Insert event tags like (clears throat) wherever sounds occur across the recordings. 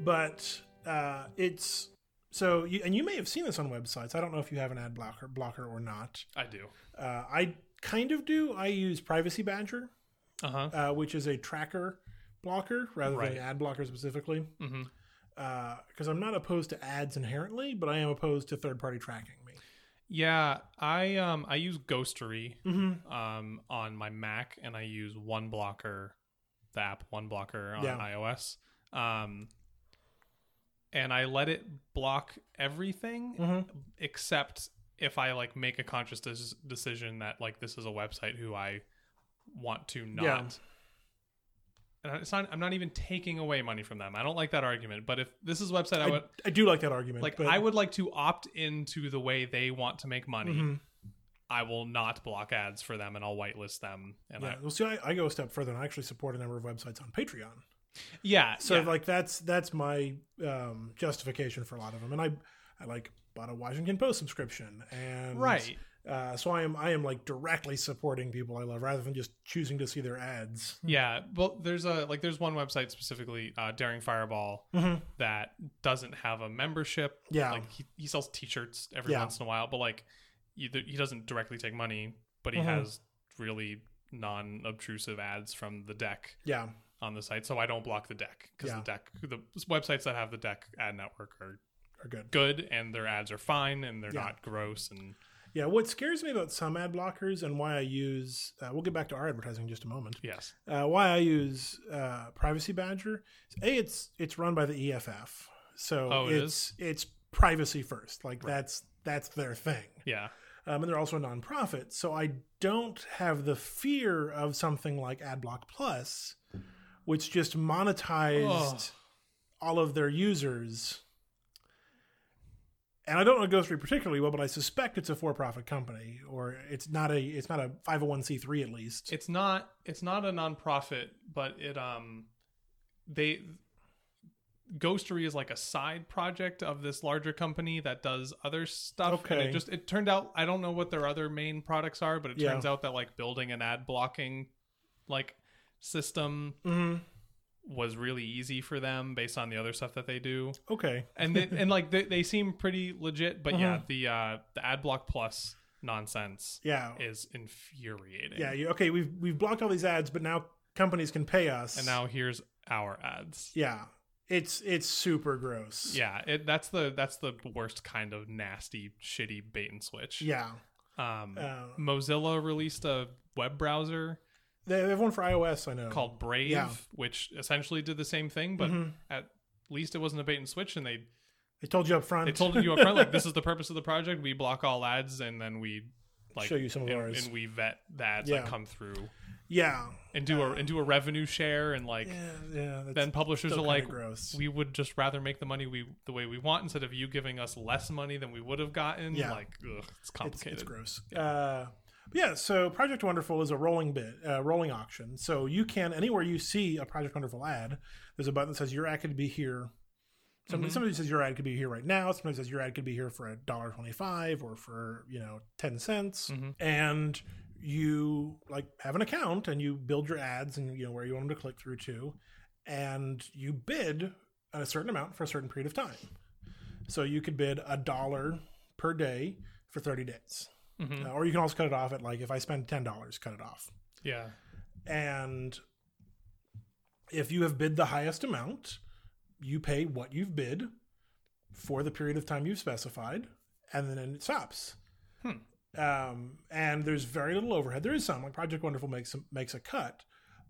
But uh, it's so, you, and you may have seen this on websites. I don't know if you have an ad blocker blocker or not. I do. Uh, I kind of do. I use Privacy Badger, Uh huh. uh, which is a tracker blocker rather Right. than ad blocker specifically. Mhm. Because I'm not opposed to ads inherently, but I am opposed to third party tracking me. Yeah, I um I use Ghostery um on my Mac and I use One Blocker, the app One Blocker on Yeah. iOS. Um and I let it block everything except if I like make a conscious des- decision that like this is a website who I want to not and it's not, I'm not even taking away money from them. I don't like that argument. But if this is a website I, I, would I do like that argument. like but I would like to opt into the way they want to make money. Mm-hmm. I will not block ads for them and I'll whitelist them. And Yeah, I, well, see, I, I go a step further, and I actually support a number of websites on Patreon. yeah, So, yeah. like, that's that's my um, justification for a lot of them. And I, I like bought a Washington Post subscription, and right. Uh, so I am I am like directly supporting people I love rather than just choosing to see their ads. Yeah, well, there's a like there's one website specifically, uh, Daring Fireball, that doesn't have a membership. Yeah. Mm-hmm. like he, he sells T-shirts every Yeah. once in a while, but like you, he doesn't directly take money, but he Mhm. has really non-obtrusive ads from the deck Yeah, on the site, so I don't block the deck because Yeah. the deck the websites that have the deck ad network are are good. good and their ads are fine and they're Yeah. not gross and Yeah, what scares me about some ad blockers and why I use uh, we'll get back to our advertising in just a moment. yes, uh, why I use uh, Privacy Badger. is, A, it's it's run by the EFF, so Oh, it it's it's privacy first. Like that's that's their thing, yeah, um, and they're also a nonprofit. So I don't have the fear of something like AdBlock Plus, which just monetized all of their users. And I don't know Ghost Three particularly well, but I suspect it's a for-profit company, or it's not a it's not a five hundred one c three at least. it's not it's not a nonprofit, but it um they Ghostery is like a side project of this larger company that does other stuff. and Okay. it just it turned out I don't know what their other main products are, but it Yeah. turns out that like building an ad blocking like system Mhm. was really easy for them based on the other stuff that they do. Okay, and they, and like they, they seem pretty legit but Uh-huh. yeah the uh the ad block plus nonsense yeah, is infuriating Yeah, you, okay, we've we've blocked all these ads, but now companies can pay us. and now here's our ads yeah, it's it's super gross. yeah it, that's the that's the worst kind of nasty shitty bait and switch yeah. um Uh, mozilla released a web browser They they have one for iOS, I know. called brave Yeah. Mm-hmm. which essentially did the same thing but at least it wasn't a bait and switch and they they told you up front. they told (laughs) you up front like this is the purpose of the project we block all ads and then we like Show you some of and, ours. and we vet the ads that Yeah. come through yeah, and do a and do a revenue share and like yeah, yeah. That's then publishers are still like kinda gross. we would just rather make the money we the way we want instead of you giving us less money than we would have gotten Yeah. like ugh, it's it's, complicated it's gross. Uh, but yeah, so Project Wonderful is a rolling bid, uh, rolling auction. So you can anywhere you see a Project Wonderful ad, there's a button that says your ad could be here. Mm-hmm. Somebody, somebody says your ad could be here right now. Somebody says your ad could be here for a dollar twenty-five or for you know ten cents, Mm-hmm, and you like have an account and you build your ads and you know where you want them to click through to, and you bid at a certain amount for a certain period of time. So you could bid a dollar per day for 30 days. mm-hmm. Hmm. Uh, or you can also cut it off at like if I spend $10, cut it off. yeah And if you have bid the highest amount, you pay what you've bid for the period of time you've specified, and then it stops. Um, and there's very little overhead. There is some, like Project Wonderful makes some, makes a cut,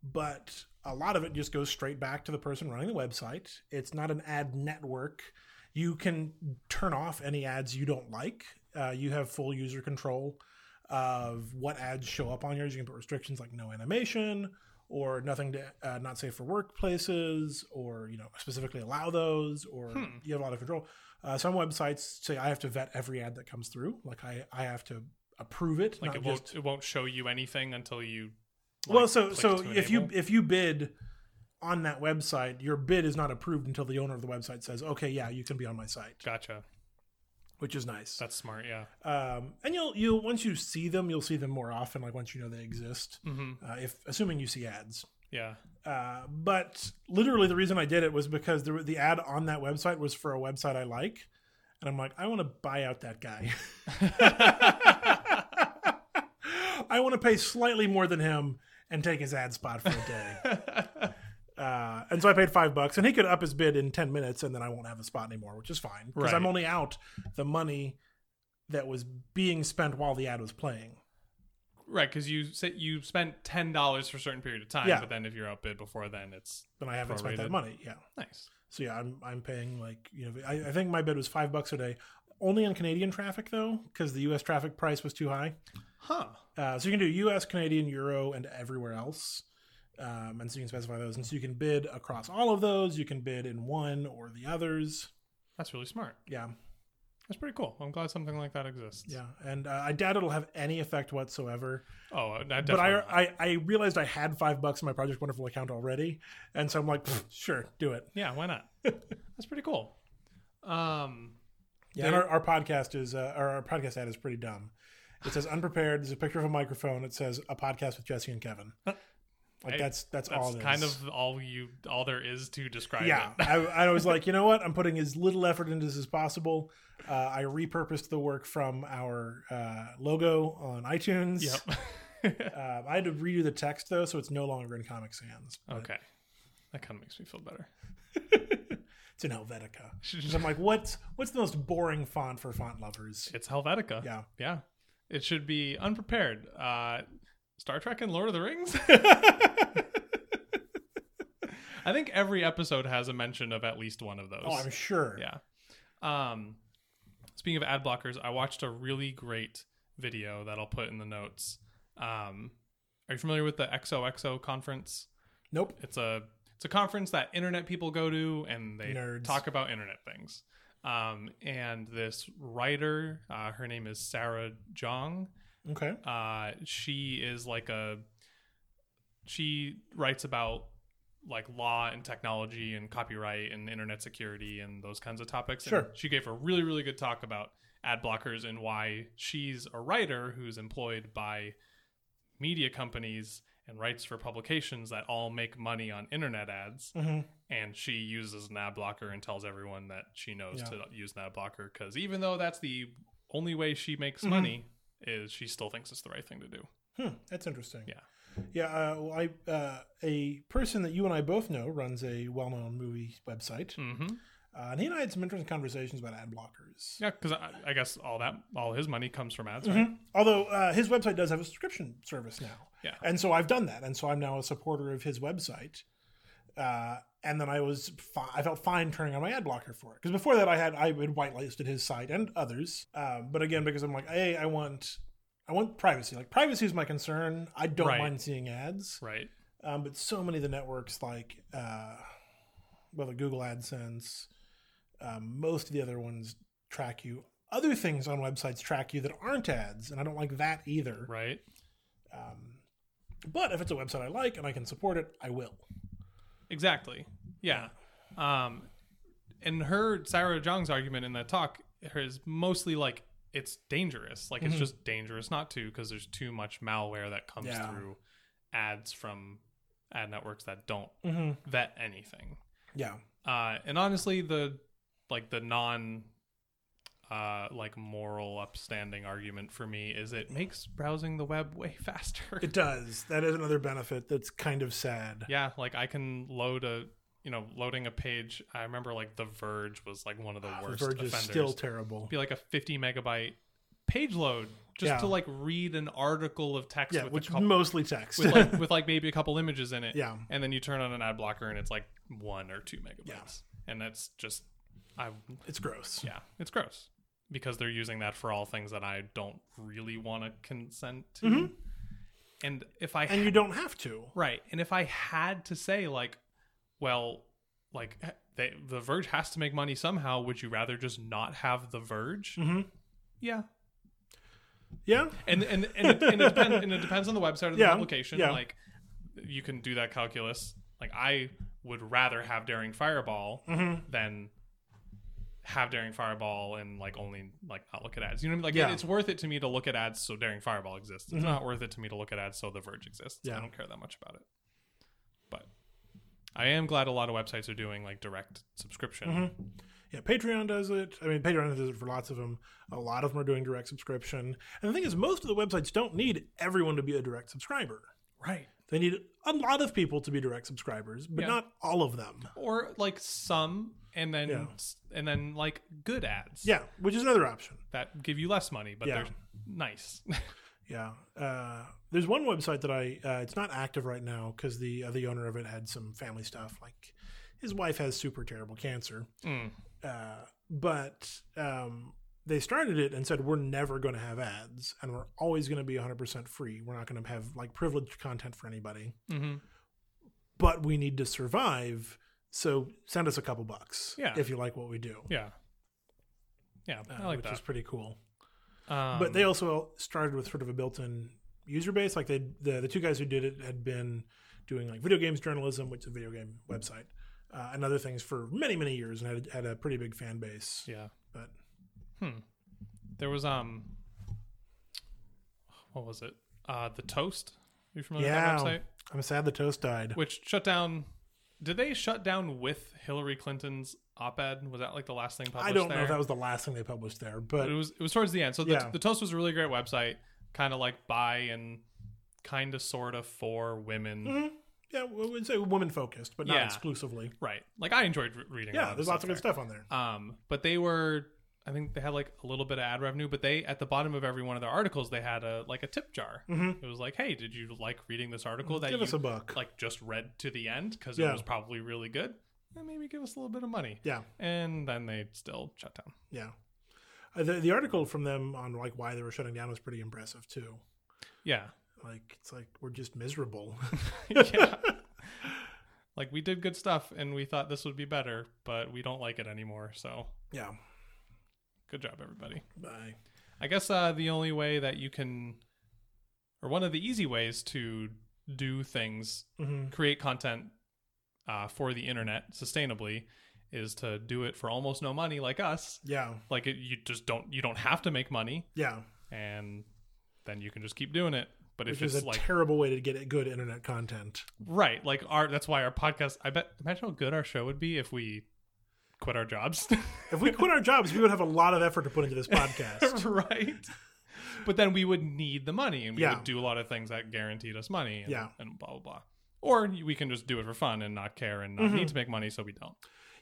but a lot of it just goes straight back to the person running the website. It's not an ad network. You can turn off any ads you don't like. Uh, you have full user control of what ads show up on yours. You can put restrictions like no animation or nothing to uh, not safe for workplaces or you know specifically allow those or you have a lot of control uh, some websites say i have to vet every ad that comes through like i, I have to approve it like not it won't just it won't show you anything until you like, well so click so to if you enable. if you bid on that website your bid is not approved until the owner of the website says okay yeah you can be on my site gotcha which is nice. That's smart. Yeah. Um, and you'll you'll once you see them, you'll see them more often. Like once you know they exist, hmm uh, if assuming you see ads. Yeah. Uh, but literally, the reason I did it was because the the ad on that website was for a website I like, and I'm like, I want to buy out that (laughs) guy. I want to pay slightly more than him and take his ad spot for a day. (laughs) Uh, and so I paid five bucks, and he could up his bid in ten minutes, and then I won't have a spot anymore, which is fine because Right. I'm only out the money that was being spent while the ad was playing. right, because you said you spent ten dollars for a certain period of time, Yeah. but then if you're outbid before then, it's Then I haven't spent Prorated. that money. Yeah. nice. So yeah, I'm I'm paying like you know I, I think my bid was five bucks a day, only on Canadian traffic though, because the U.S. traffic price was too high. Huh. Uh, so you can do U.S., Canadian, Euro, and everywhere else, um, and so you can specify those, and so you can bid across all of those. You can bid in one or the others. That's really smart. Yeah, That's pretty cool. I'm glad something like that exists. yeah, and uh, I doubt it'll have any effect whatsoever. Oh, I definitely. But I, I I realized I had five bucks in my Project Wonderful account already, and so I'm like, "Pfft, sure, do it. yeah. Why not? That's pretty cool. Um. Yeah, and our, our podcast is uh, or our podcast ad is pretty dumb. It says unprepared. There's a picture of a microphone. It says a podcast with Jesse and Kevin. Like Hey, that's that's, all. That's it kind is. of all you all there is to describe yeah. it. (laughs) I, I was like, you know what? I'm putting as little effort into this as possible. Uh, I repurposed the work from our uh, logo on iTunes. (laughs) Yep. Uh, I had to redo the text though, so it's no longer in Comic Sans. but okay. That kind of makes me feel better. It's in Helvetica. (laughs) 'Cause I'm like, what's what's the most boring font for font lovers? It's Helvetica. Yeah. Yeah. It should be unprepared. Uh, Star Trek and Lord of the Rings. (laughs) I think every episode has a mention of at least one of those. Oh, I'm sure. yeah. Um, speaking of ad blockers, I watched a really great video that I'll put in the notes. Um, are you familiar with the XOXO conference? Nope. It's a it's a conference that internet people go to and they Nerds. talk about internet things. Um, and this writer, uh, her name is Sarah Jong. Okay. Uh, she is like a she writes about like law and technology and copyright and internet security and those kinds of topics. Sure. And she gave a really really good talk about ad blockers and why she's a writer who's employed by media companies and writes for publications that all make money on internet ads hmm and she uses an ad blocker and tells everyone that she knows Yeah. to use an ad blocker because even though that's the only way she makes Mhm. money is she still thinks it's the right thing to do Hmm, that's interesting. Yeah. yeah. Uh, well, I uh, a person that you and I both know runs a well-known movie website, mm-hmm. uh, and he and I had some interesting conversations about ad blockers. yeah because I, I guess all that all his money comes from ads right Mhm. Although uh, his website does have a subscription service now, Yeah. and so I've done that, and so I'm now a supporter of his website. Uh, and then I was fi- I felt fine turning on my ad blocker for it because before that I had I had whitelisted his site and others, uh, but again because I'm like, hey, I want I want privacy. Like privacy is my concern. I don't Right. mind seeing ads. right Um, but so many of the networks, like uh, well, the Google AdSense, um, most of the other ones track you. Other things on websites track you that aren't ads, and I don't like that either. right Um, but if it's a website I like and I can support it, I will. exactly yeah um and her sarah jong's argument in that talk her is mostly like it's dangerous like it's Mhm. just dangerous not to because there's too much malware that comes Yeah. through ads from ad networks that don't Mm-hmm. vet anything Yeah, uh and honestly the like the non uh like moral upstanding argument for me is it makes browsing the web way (laughs) faster it does. That is another benefit that's kind of sad. yeah like i can load a you know loading a page i remember like the verge was like one of the Ah, worst the Verge offenders is still terrible. be like a 50 megabyte page load just Yeah. to like read an article of text Yeah, with which a couple mostly text. with like, with like maybe a couple images in it yeah, and then you turn on an ad blocker and it's like one or two megabytes and that's just i (laughs) it's gross. yeah, it's gross because they're using that for all things that I don't really want to consent to. And if I Mm-hmm. And you don't have to. right, and if I had to say like, well, like eh, they, the Verge has to make money somehow. Would you rather just not have the Verge? Mhm. Yeah, Yeah, and and and it, and, it depends, and it depends on the website of the Yeah, publication. yeah. Like you can do that Mm-hmm. calculus. Like I would rather have Daring Fireball than have Daring Fireball and like only like not look at ads. You know what I mean? Like Yeah. Mm-hmm. it's worth it to me to look at ads so Daring Fireball exists. It's not worth it to me to look at ads so The Verge exists. Yeah. I don't care that much about it. But I am glad a lot of websites are doing like direct subscription. Mm-hmm. Yeah, Patreon does it. I mean, Patreon does it for lots of them. A lot of them are doing direct subscription. And the thing is, most of the websites don't need everyone to be a direct subscriber. Right. They need a lot of people to be direct subscribers, but Yeah. not all of them. Or like some and then Yeah. and then like good ads. Yeah, which is another option. That give you less money, but Yeah. they're nice. (laughs) Yeah. Uh, there's one website that I, uh, it's not active right now because the, uh, the owner of it had some family stuff. Like his wife has super terrible cancer. Mm. Uh, but um, they started it and said, we're never going to have ads and we're always going to be 100% free. We're not going to have like privileged content for anybody, hmm but we need to survive. So send us a couple bucks Yeah. if you like what we do. Yeah. Yeah, uh, I like which that. is pretty cool. um, but they also started with sort of a built-in user base. Like they, the the two guys who did it had been doing like video games journalism, which is a video game Mm-hmm. website, uh, and other things for many many years, and had had a pretty big fan base. yeah. Hmm. But There was um, what was it? Uh, the Toast. You familiar yeah, with that website? I'm sad the toast died. Which shut down? Did they shut down with Hillary Clinton's op-ed? Was that like the last thing published? I don't know there? if that was the last thing they published there, But but it was it was towards the end. So the, Yeah. the Toast was a really great website, kind of like by and kind of sort of for women. Mm-hmm. yeah, we would say women focused, but not Yeah. exclusively. Right. Like I enjoyed re- reading. a lot Yeah, of there's the lots of there. good stuff on there. Um, but they were, I think they had like a little bit of ad revenue, but they at the bottom of every one of their articles they had a like a tip jar. It was like, hey, did you like reading this article that Mm-hmm. Give you us a buck. like just read to the end because Yeah. it was probably really good? And maybe give us a little bit of money. yeah, And then they still shut down. yeah. Uh, the, the article from them on like why they were shutting down was pretty impressive too. Yeah, (laughs) Like it's like we're just miserable. (laughs) yeah. like we did good stuff, and we thought this would be better, but we don't like it anymore. So yeah. good job, everybody. Bye. I guess uh, the only way that you can, or one of the easy ways to do things, Mhm. create content uh, for the internet sustainably, is to do it for almost no money, like us. Yeah. Like it, you just don't you don't have to make money, Yeah. and then you can just keep doing it. But Which if is a it's like terrible way to get it good internet content. right, like our that's why our podcast. I bet imagine how good our show would be if we quit our jobs. (laughs) If we quit our jobs, we would have a lot of effort to put into this podcast. (laughs) right? But then we would need the money, and we Yeah. would do a lot of things that guaranteed us money, and, Yeah. and blah blah blah. Or we can just do it for fun and not care and not Mm-hmm. need to make money, so we don't.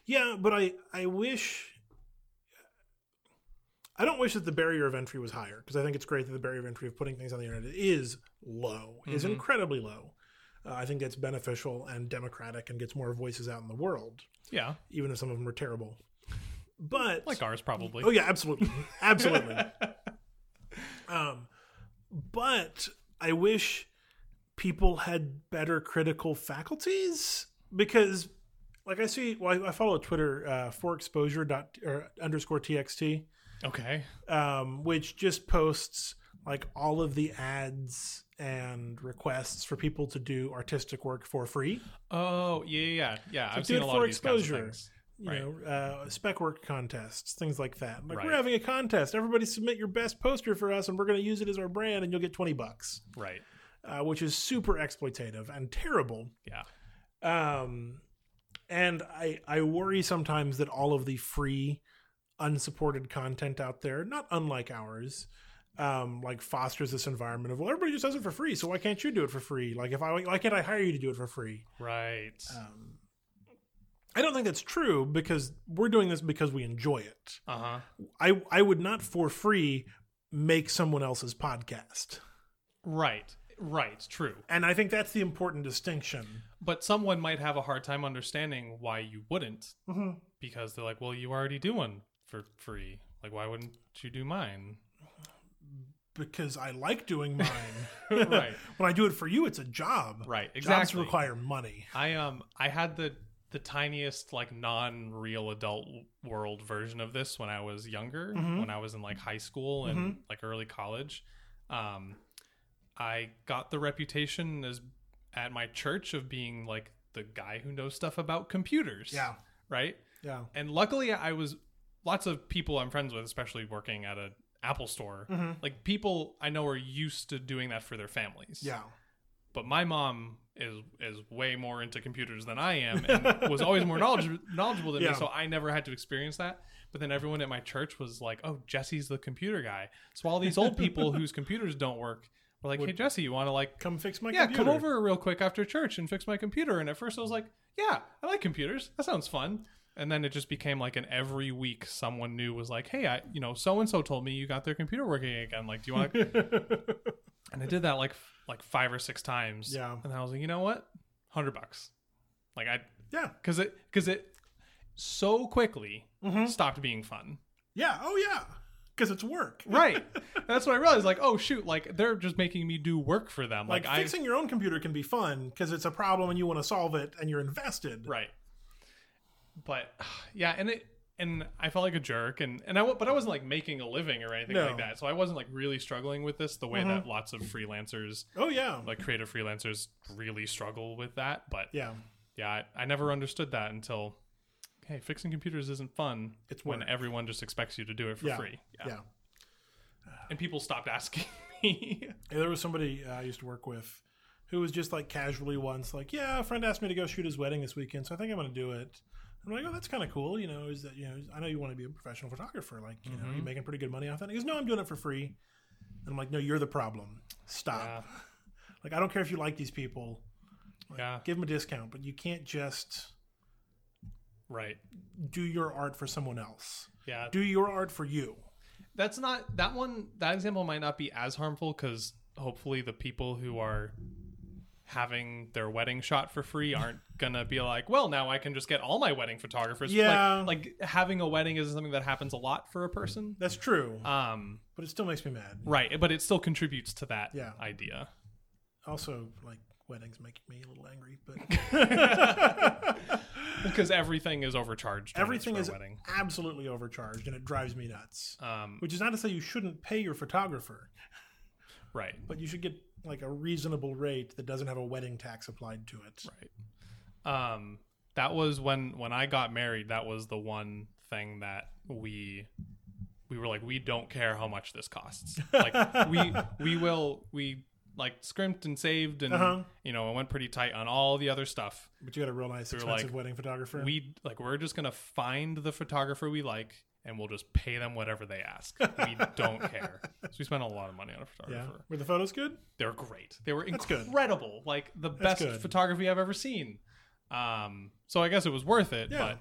yeah, but I I wish I don't wish that the barrier of entry was higher because I think it's great that the barrier of entry of putting things on the internet is low, is incredibly low. Uh, I think that's beneficial and democratic and gets more voices out in the world, Yeah, even if some of them are terrible. But like ours probably. Oh yeah, absolutely, absolutely. um, but I wish people had better critical faculties because, like, I see. Well, I, I follow Twitter uh, for exposure dot or underscore txt, Okay, um, which just posts like all of the ads and requests for people to do artistic work for free. Oh yeah, yeah, yeah. I've do seen it a lot for of these kinds of exposure. things. you Right. know, uh, spec work contests, things like that. Like we're Right. having a contest. Everybody submit your best poster for us, and we're going to use it as our brand, and you'll get twenty bucks, Right. uh, which is super exploitative and terrible. Yeah. Um, and I I worry sometimes that all of the free, unsupported content out there, not unlike ours. Um, like fosters this environment of well, everybody just does it for free, so why can't you do it for free? Like, if I why can't I hire you to do it for free? Right. Um, I don't think that's true because we're doing this because we enjoy it. Uh huh. I I would not for free make someone else's podcast, Right. Right. True. and I think that's the important distinction. But someone might have a hard time understanding why you wouldn't, Mm-hmm. because they're like, "Well, you already do one for free. Like, why wouldn't you do mine?" Because I like doing mine. (laughs) right. (laughs) when I do it for you, it's a job. Right, Jobs exactly. require money. I um I had the the tiniest like non real adult world version of this when I was younger, Mm-hmm. when I was in like high school and like early college. Um I got the reputation as at my church of being like the guy who knows stuff about computers. Yeah. Right? Yeah. And luckily I was lots of people I'm friends with, especially working at an Apple store, Mm-hmm. like people I know are used to doing that for their families. Yeah. But my mom is is way more into computers than I am, and was always (laughs) more knowledge, knowledgeable than Yeah. me. So I never had to experience that. But then everyone at my church was like, "Oh, Jesse's the computer guy." So all these (laughs) old people whose computers don't work were like, "Hey, Jesse, you want to like Come fix my yeah, computer. come over real quick after church and fix my computer. And at first I was like, yeah, I like computers. That sounds fun. And then it just became like an every week someone new was like, hey, I, you know, so and so told me you got their computer working again. Like, do you want? to And I did that like f- like five or six times. Yeah. And I was like, you know what, hundred bucks. Like I, (laughs) Yeah. because it because it so quickly Mm-hmm. stopped being fun. Yeah. Oh yeah. Because it's work. Right. (laughs) That's what I realized. Like, oh shoot, like they're just making me do work for them. Like, Like, I. fixing your own computer can be fun because it's a problem and you want to solve it and you're invested. (sighs) right but (sighs) yeah and it and i felt like a jerk and and i wa- but i wasn't like making a living or anything No. Mm-hmm. like that so i wasn't like really struggling with this the way that lots of freelancers Oh yeah. like creative freelancers really struggle with that but yeah, yeah. I, I never understood that until hey fixing computers isn't fun It's when work. everyone just expects you to do it for Yeah. free Yeah. and people stopped asking (laughs) me Yeah, There was somebody uh, I used to work with who was just like casually once like, yeah, a friend asked me to go shoot his wedding this weekend, so I think I'm going to do it. I'm like, oh, that's kind of cool. You know, is that you know? I know you want to be a professional photographer. Like, you know, you're making pretty good money off that. And he goes, no, I'm doing it for free. And I'm like, no, you're the problem. Stop. (laughs) yeah Like, I don't care if you like these people. yeah Give them a discount, but you can't just right do your art for someone else. yeah Do your art for you. that's not that one that example might not be as harmful because hopefully the people who are having their wedding shot for free aren't (laughs) gonna be like well now i can just get all my wedding photographers Yeah. like, like having a wedding is something that happens a lot for a person That's true, um but it still makes me mad. right but it still contributes to that Yeah. idea Also, like weddings make me a little angry, but (laughs) because everything is overcharged when it's (laughs) everything for a is wedding absolutely overcharged, and it drives me nuts. um Which is not to say you shouldn't pay your photographer, right but you should get like a reasonable rate that doesn't have a wedding tax applied to it. Right. Um, that was when when I got married. That was the one thing that we we were like, we don't care how much this costs. Like (laughs) we we will we like scrimped and saved and Uh-huh. you know it went pretty tight on all the other stuff. But you got a real nice, were expensive like, wedding photographer. We like we're just gonna find the photographer we like and we'll just pay them whatever they ask. We (laughs) don't care. So we spent a lot of money on a yeah. photographer. Were the photos good? They're great. They were good. incredible. Like the best good. photography I've ever seen. Um, so I guess it was worth it. Yeah. But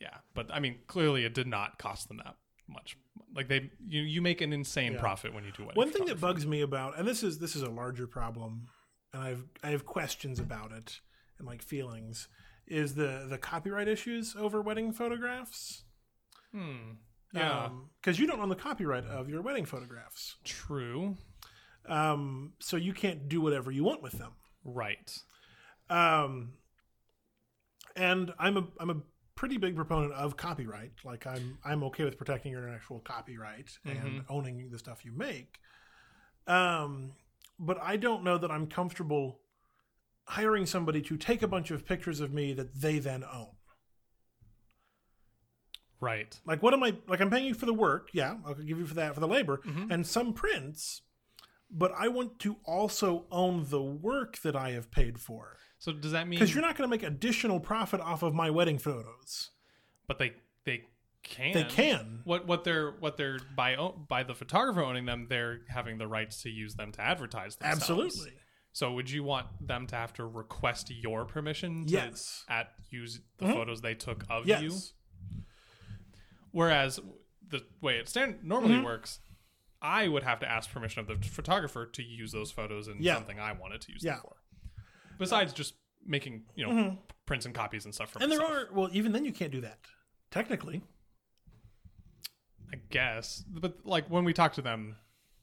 yeah, but I mean, clearly it did not cost them that much. Like they, you you make an insane profit when you do wedding One thing that photography. bugs me about, and this is this is a larger problem, and I've I have questions about it and like feelings, is the the copyright issues over wedding photographs. Hmm. Yeah. because Um, you don't own the copyright of your wedding photographs, true. um, so you can't do whatever you want with them. Right. Um, and I'm a I'm a pretty big proponent of copyright. Like I'm I'm okay with protecting your actual copyright and owning the stuff you make. Um, but I don't know that I'm comfortable hiring somebody to take a bunch of pictures of me that they then own. Right. Like what am I like I'm paying you for the work, yeah, I'll give you for that for the labor Mm-hmm. and some prints, but I want to also own the work that I have paid for. So does that mean? because you're not going to make additional profit off of my wedding photos. but they they can. They can. What what they're what they're by own- by the photographer owning them, they're having the rights to use them to advertise themselves. Absolutely. So would you want them to have to request your permission to Yes. at use the photos they took of Yes. you? Whereas the way it stand normally works, I would have to ask permission of the photographer to use those photos in Yeah. something I wanted to use Yeah. them for. Besides just making, you know, prints and copies and stuff for And there myself. are, well, even then you can't do that. Technically. I guess. But like when we talk to them,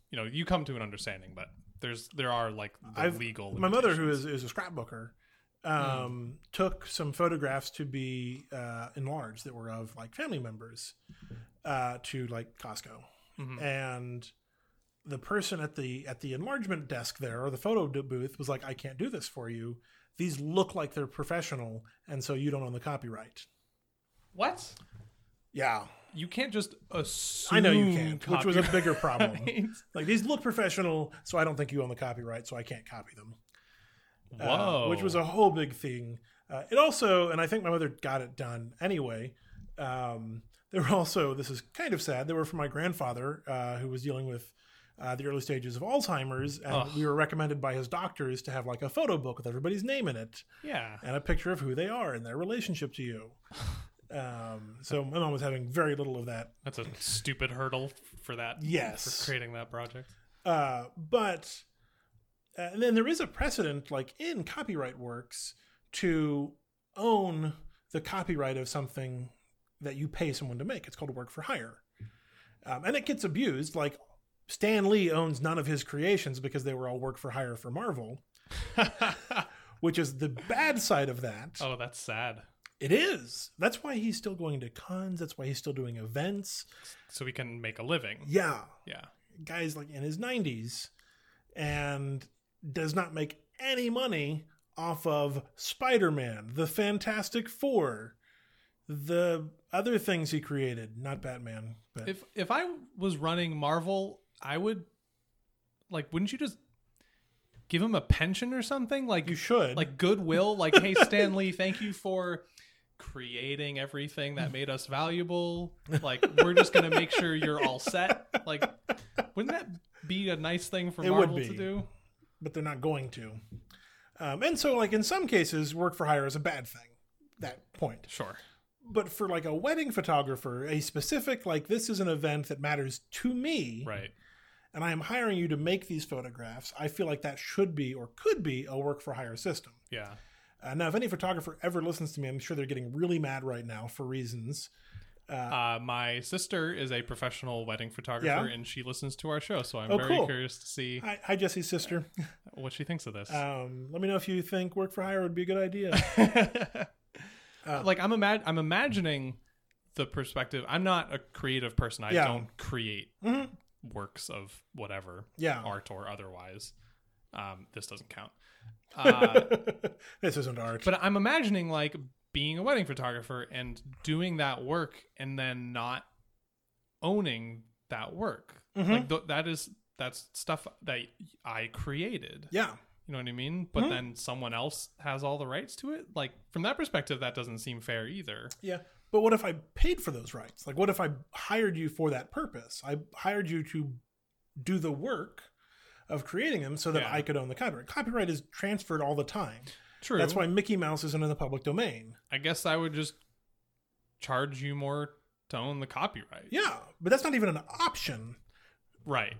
you know, you come to an understanding, but there's there are like the I've- legal My mother, who is, is a scrapbooker, um, took some photographs to be uh, enlarged that were of like family members uh, to like Costco. And the person at the at the enlargement desk there or the photo d- booth was like, I can't do this for you. These look like they're professional, and so you don't own the copyright. What? Yeah. you can't just assume. I know you can, not which was a copyright. bigger problem. like these look professional, so I don't think you own the copyright, so I can't copy them. Whoa, uh, which was a whole big thing. Uh, it also, and I think my mother got it done anyway. Um, there were also, this is kind of sad, they were from my grandfather uh, who was dealing with uh, the early stages of Alzheimer's, and Ugh. we were recommended by his doctors to have like a photo book with everybody's name in it yeah. and a picture of who they are and their relationship to (sighs) you. Um, so my mom was having very little of that That's a stupid hurdle for that. Yes. for creating that project. Uh, but uh, and then there is a precedent, like in copyright works, to own the copyright of something that you pay someone to make. It's called work for hire, um, and it gets abused. Like Stan Lee owns none of his creations because they were all work for hire for Marvel, which is the bad side of that. oh, that's sad. It is. That's why he's still going to cons. That's why he's still doing events. So we can make a living. Yeah, Yeah. guy's like in his 90s and does not make any money off of Spider-Man, the Fantastic 4, the other things he created, not Batman, but If if I was running Marvel, I would like. Wouldn't you just give him a pension or something? Like you should. like goodwill like hey stanley thank you for creating everything that made us valuable like we're just gonna make sure you're all set like wouldn't that be a nice thing for It would marvel to be. do but they're not going to. Um, and so like in some cases work for hire is a bad thing. That point. sure But for like a wedding photographer, a specific like this is an event that matters to me. right and I am hiring you to make these photographs, I feel like that should be or could be a work for hire system. yeah Uh, now, if any photographer ever listens to me, I'm sure they're getting really mad right now for reasons. uh, my sister is a professional wedding photographer Yeah. and she listens to our show so i'm Oh, very cool. curious to see Hi, hi Jesse's (laughs) sister. what she thinks of this Um, let me know if you think work for hire would be a good (laughs) idea. Uh, like i'm imag- i'm imagining the perspective i'm not a creative person i Yeah. don't create Mhm. works of whatever Yeah. (laughs) art or otherwise. Um, this doesn't count. Uh, this isn't art. but I'm imagining like being a wedding photographer and doing that work and then not owning that work. Mhm. Like th- that is that's stuff that I created. yeah. You know what I mean? But Mhm. then someone else has all the rights to it. Like from that perspective, that doesn't seem fair either. Yeah. But what if I paid for those rights? Like, what if I hired you for that purpose? I hired you to do the work of creating them so that Yeah. I could own the copyright. Copyright is transferred all the time. True. That's why Mickey Mouse isn't in the public domain. I guess I would just charge you more to own the copyright. Yeah, but that's not even an option. Right.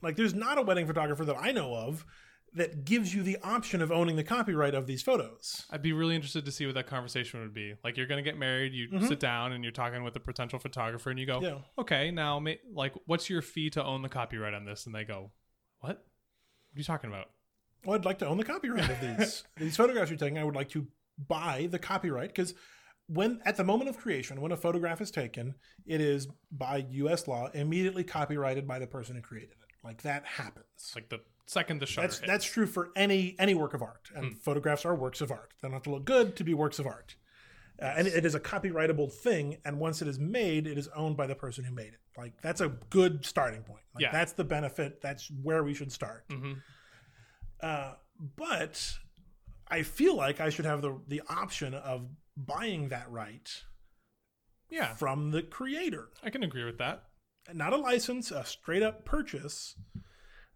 Like, there's not a wedding photographer that I know of that gives you the option of owning the copyright of these photos. I'd be really interested to see what that conversation would be. Like you're gonna get married, you sit down and you're talking with a potential photographer, and you go, Mm-hmm. Yeah. "Okay, now ma- like, what's your fee to own the copyright on this?" And they go, "What? What are you talking about?" Well, I'd like to own the copyright of these these photographs you're taking. I would like to buy the copyright because when at the moment of creation, when a photograph is taken, it is by U.S. law immediately copyrighted by the person who created it. Like that happens. It's like the second the shutter That's hits. that's true for any any work of art, and Hmm. photographs are works of art. They don't have to look good to be works of art, uh, and it is a copyrightable thing. And once it is made, it is owned by the person who made it. Like that's a good starting point. Like, Yeah. that's the benefit. That's where we should start. Mhm. Uh, but I feel like I should have the the option of buying that right yeah, from the creator, I can agree with that. not a license, a straight up purchase.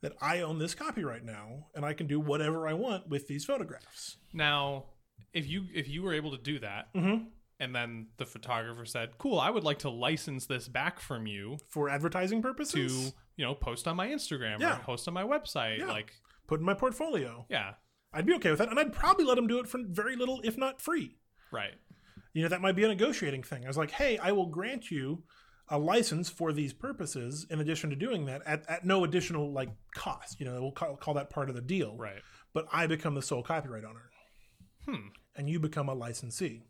That I own this copyright now, and I can do whatever I want with these photographs. Now, if you if you were able to do that, Mhm. and then the photographer said, "Cool, I would like to license this back from you for advertising to purposes you know post on my Instagram Yeah. or post on my website, Yeah. like put in my portfolio yeah, i'd be okay with that and i'd probably let him do it for very little if not free right, you know that might be a negotiating thing i was like hey i will grant you a license for these purposes in addition to doing that at, at no additional like cost you know we'll call, call that part of the deal right." but i become the sole copyright owner Hmm. and you become a licensee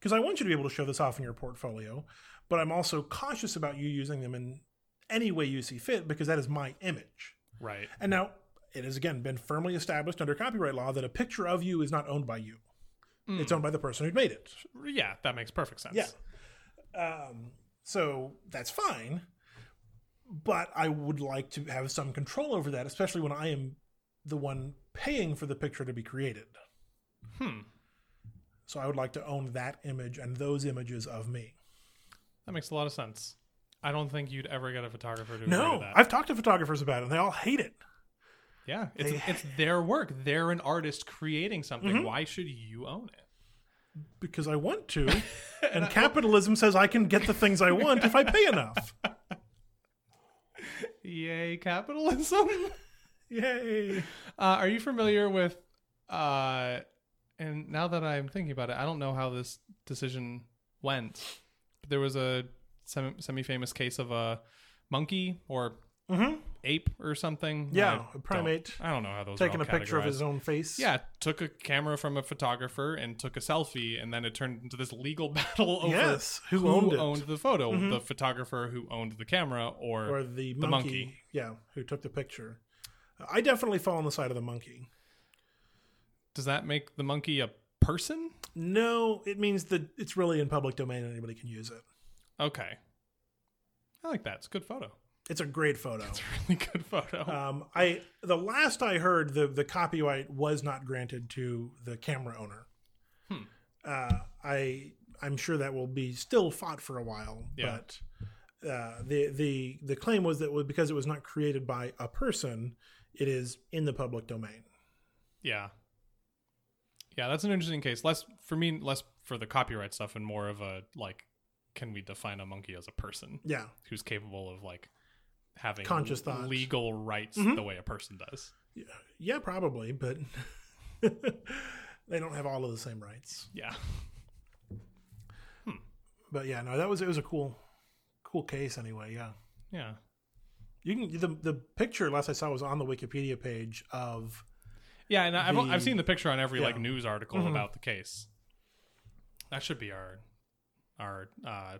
because i want you to be able to show this off in your portfolio but i'm also cautious about you using them in any way you see fit because that is my image Right. And now it has again been firmly established under copyright law that a picture of you is not owned by you. Hmm. It's owned by the person who made it. Yeah, that makes perfect sense. Yeah. Um, So that's fine. But I would like to have some control over that, especially when I am the one paying for the picture to be created. Hmm. So I would like to own that image and those images of me. That makes a lot of sense. I don't think you'd ever get a photographer to agree to No, that. I've talked to photographers about it and they all hate it. yeah, it's it's their work. They're an artist creating something. Mm-hmm. Why should you own it? because I want (laughs) to. and capitalism says I can get the things I want if I pay (laughs) enough. Yay, capitalism! (laughs) Yay. uh, are you familiar with? Uh, and now that I'm thinking about it, I don't know how this decision went. But there was a sem- semi-famous case of a monkey or hmm ape or something. Yeah, I a don't- primate I don't know how those Taking are a all picture of categorized. his own face. Yeah, took a camera from a photographer and took a selfie, and then it turned into this legal (laughs) battle over Yes, who who owned it? Mm-hmm. the photo, the photographer who owned the camera, or, Or the monkey, monkey. Yeah, who took the picture. Uh, I definitely fall on the side of the monkey. does that make the monkey a person? No, it means that it's really in public domain and anybody can use it. Okay, I like that. It's a good photo. (laughs) It's a great photo. It's a really good photo. (laughs) Um, I the last I heard, the the copyright was not granted to the camera owner. Hmm. Uh, I I'm sure that will be still fought for a while, Yeah. but uh, the the the claim was that because it was not created by a person, it is in the public domain. yeah, yeah, that's an interesting case. Less for me, less for the copyright stuff, and more of a like, can we define a monkey as a person Yeah, who's capable of like having Conscious Mm-hmm. thought. legal rights the way a person does? yeah, probably, but (laughs) they don't have all of the same rights. Yeah. But yeah, no, that was it was a cool cool case anyway. Yeah. Yeah. You can the the picture last I saw was on the Wikipedia page of (laughs) Yeah, and I've, The- I've seen the picture on every yeah. Mm-hmm. like news article about the case. That should be our our uh,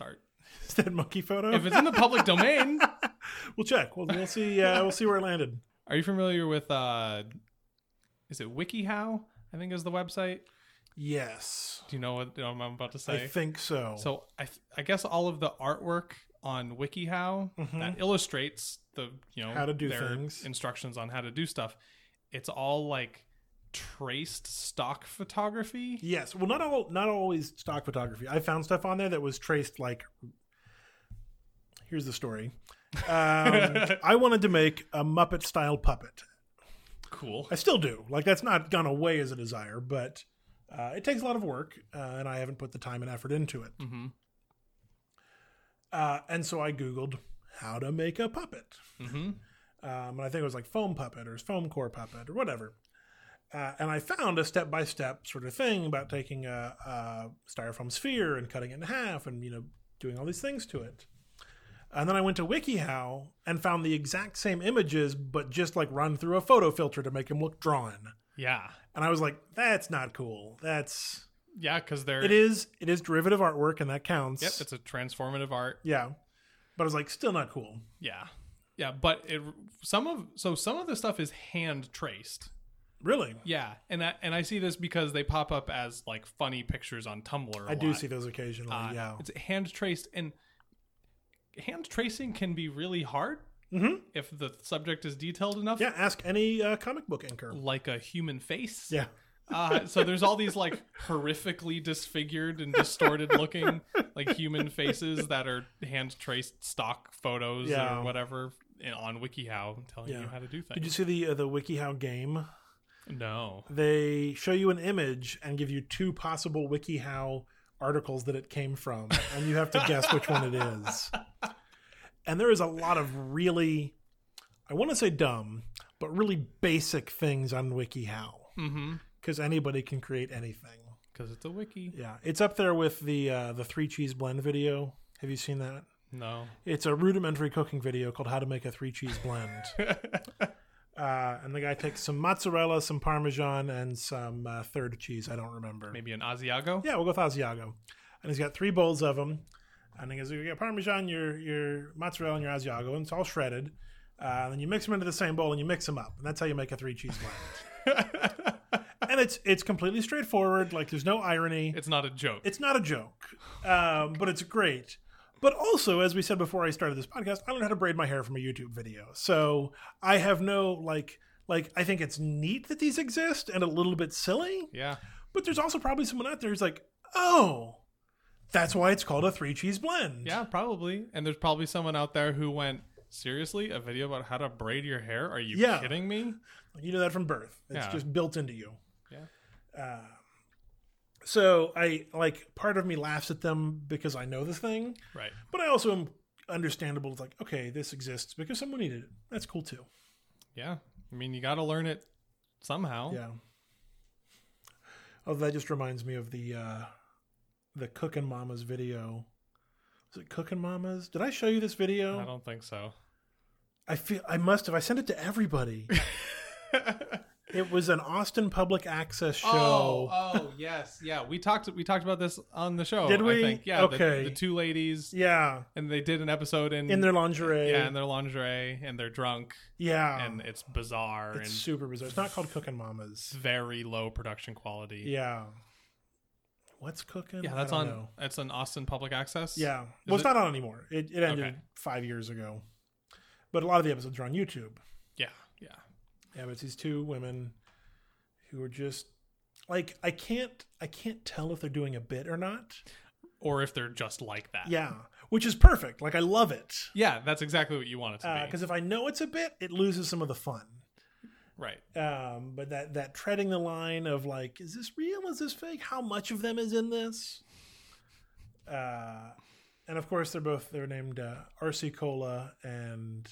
(laughs) art. is that monkey photo. If it's in the public domain, we'll check. We'll, we'll see. Uh, we'll see where it landed. are you familiar with uh is it WikiHow? I think is the website. Yes, Do you know what, I'm about to I say? think so. so I th- I guess all of the artwork on WikiHow that illustrates the you know Mm-hmm. How to do their things. instructions on how to do stuff. It's all like traced stock photography. yes, well, not all not always stock photography. I found stuff on there that was traced like. Here's the story. Um, (laughs) I wanted to make a Muppet style puppet. Cool. I still do. Like that's not gone away as a desire, but uh, it takes a lot of work, uh, and I haven't put the time and effort into it. Mm-hmm. Uh, and so I googled how to make a puppet. Mm-hmm. um, and I think it was like foam puppet or foam core puppet or whatever. Uh, and I found a step by step sort of thing about taking a, a styrofoam sphere and cutting it in half and you know doing all these things to it. And then I went to WikiHow and found the exact same images, but just like run through a photo filter to make them look drawn. Yeah. And I was like, "That's not cool. That's Yeah, because they're it is it is derivative artwork, and that counts. Yep, it's a transformative art. yeah." But I was like, "Still not cool." Yeah, yeah, but it some of so some of the stuff is hand traced. Really, Yeah, and I, and I see this because they pop up as like funny pictures on Tumblr. I I do see those occasionally. yeah, Uh, it's hand traced, and hand tracing can be really hard Mhm. if the subject is detailed enough. Yeah, ask any uh, comic book inker. Like a human face. Yeah. Uh, so there's all these like horrifically disfigured and distorted looking like human faces that are hand traced stock photos Yeah. or whatever in, on WikiHow telling Yeah. you how to do Did things. you see the uh, the WikiHow game? no. They show you an image and give you two possible WikiHow articles that it came from, and you have to guess which one it (laughs) is. And there is a lot of really, I want to say dumb, but really basic things on WikiHow Mm-hmm. because anybody can create anything. Because it's a wiki. Yeah, it's up there with the uh, the three cheese blend video. Have you seen that? No. It's a rudimentary cooking video called "How to Make a Three Cheese Blend." uh, and the guy takes some mozzarella, some parmesan, and some uh, third cheese. I don't remember. Maybe an Asiago. Yeah, we'll go with Asiago. And he's got three bowls of them. And he goes, "You got parmesan, your your mozzarella, and your Asiago, and it's all shredded. Uh, and then you mix them into the same bowl and you mix them up, and that's how you make a three cheese blend." and it's it's completely straightforward. Like there's no irony. It's not a joke. It's not a joke, um, but it's great. But also, as we said before I started this podcast, I learned how to braid my hair from a YouTube video. So I have no like like I think it's neat that these exist and a little bit silly, Yeah. but there's also probably someone out there who's like, "Oh, that's why it's called a three cheese blend." Yeah, probably. And there's probably someone out there who went, seriously, a video about how to braid your hair? Are you Yeah. kidding me? You know that from birth. It's Yeah. just built into you. Yeah. Uh, so I like part of me laughs at them because I know the thing, Right. but I also am understandable. It's like, okay, this exists because someone needed it. That's cool too. Yeah. I mean, you got to learn it somehow. Yeah. Oh, that just reminds me of the uh the Cookin' Mamas video. Was it Cookin' Mamas? Did I show you this I video? don't think so. I, feel I must have. I sent it to (laughs) everybody. it was an Austin public access show. oh, yes. Yeah. We talked we talked about this on the show. Did we? I think. Yeah. the- Okay. The, two ladies, yeah, and they did an episode in, in their lingerie. yeah, in their lingerie, and they're drunk, yeah. and it's bizarre it's and super bizarre. It's not called Cookin' Mamas. very low production quality. Yeah. What's cooking? Yeah, I that's don't on. know. That's on Austin Public Access. Yeah. Well, it's it- not on anymore. It, it ended Okay. five years ago. But a lot of the episodes are on YouTube. yeah, yeah. Yeah, but it's these two women who are just like I can't I can't tell if they're doing a bit or not. Or if they're just like that. Yeah, which is perfect. Like I love it yeah. That's exactly what you want it to be. because Uh, if I know it's a bit, it loses some of the fun. Right. Um, but that that treading the line of like, is this real? Is this fake? How much of them is in this? Uh, and of course, they're both they're named uh, RC Cola and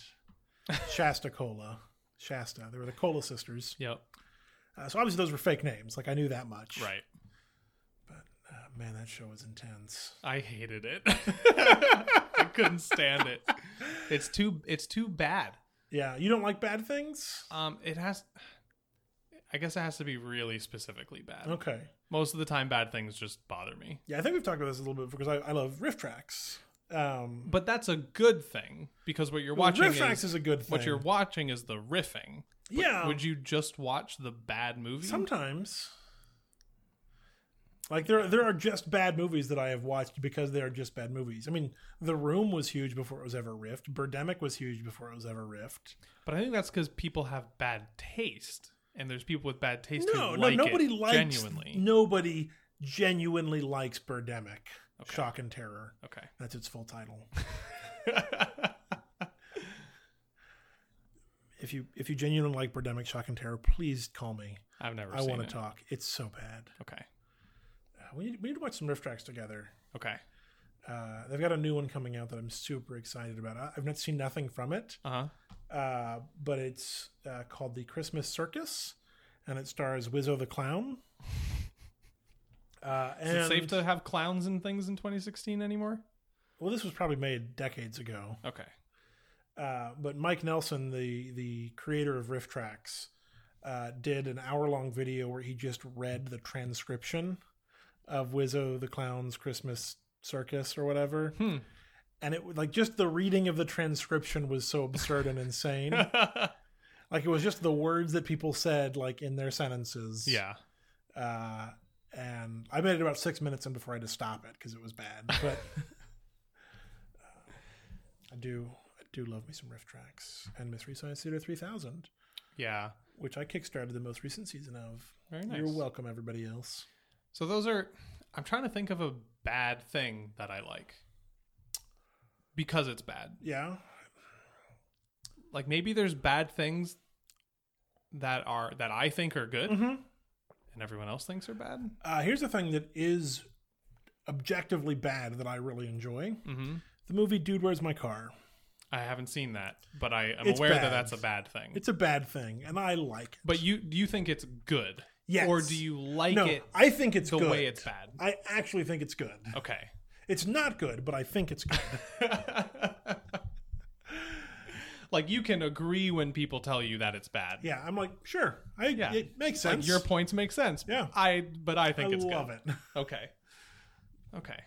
Shasta Cola. Shasta. They were the Cola sisters. Yep. Uh, so obviously, those were fake names. Like I knew that much. Right. Uh, man, that show was intense. I (laughs) hated it. I couldn't stand it. It's too. It's too bad. Yeah, you don't like bad things? Um. It has. I guess it has to be really specifically bad. Okay. Most of the time, bad things just bother me. Yeah, I think we've talked about this a little bit because I, I love riff tracks. Um, But that's a good thing because what you're well, watching riff is, tracks is a good thing. what you're watching is the riffing. yeah. Would you just watch the bad movie? sometimes. Like there, there are just bad movies that I have watched because they are just bad movies. I mean, The Room was huge before it was ever riffed. Birdemic was huge before it was ever riffed. But I think that's because people have bad taste, and there's people with bad taste no, who no, like nobody it likes genuinely. nobody genuinely likes Birdemic. Shock and Terror. okay. That's its full (laughs) title. if you if you genuinely like Birdemic Shock and Terror, please call me. I've never. I seen want to it. talk. It's so bad. Okay. Uh, we need, we need to watch some riff tracks together. Okay. Uh, they've got a new one coming out that I'm super excited about. I, I've not seen nothing from it, Uh huh. uh, but it's uh, called the Christmas Circus, and it stars Wizzo the Clown. (laughs) Uh, and Is it safe to have clowns and things in 2016 anymore? well, this was probably made decades ago. Okay. (laughs) Uh, but Mike Nelson, the the creator of Riff Tracks, uh, did an hour long video where he just read the transcription of Wizzo the Clown's Christmas Circus or whatever, Hmm. and it like just the reading of the transcription was so absurd and (laughs) insane. Like it was just the words that people said like in their sentences. yeah. Uh, and I made it about six minutes in before I had to stop it because it was bad. But (laughs) uh, I do, I do love me some riff tracks and Mystery Science Theater 3000, Yeah. which I kickstarted the most recent season of. Very nice. You're welcome, everybody else. So those are. I'm trying to think of a bad thing that I like because it's bad. Yeah, Like maybe there's bad things that are that I think are good, Mm-hmm. and everyone else thinks are bad. uh, here's the thing that is objectively bad that I really enjoy: Mm-hmm. the movie "Dude, Where's My Car." I haven't seen that, but I am It's aware bad. that that's a bad thing. It's a bad thing, and I like it. but you do you think it's good? Yes. Or do you like no, it I think it's the good. way it's bad? Oh. I actually think it's good. Okay. (laughs) It's not good, but I think it's good. Like you can agree when people tell you that it's bad. Yeah, I'm like, sure. I, Yeah. It makes sense. Like your points make sense. Yeah. I but I I think it's love good. it. (laughs) Okay. Okay.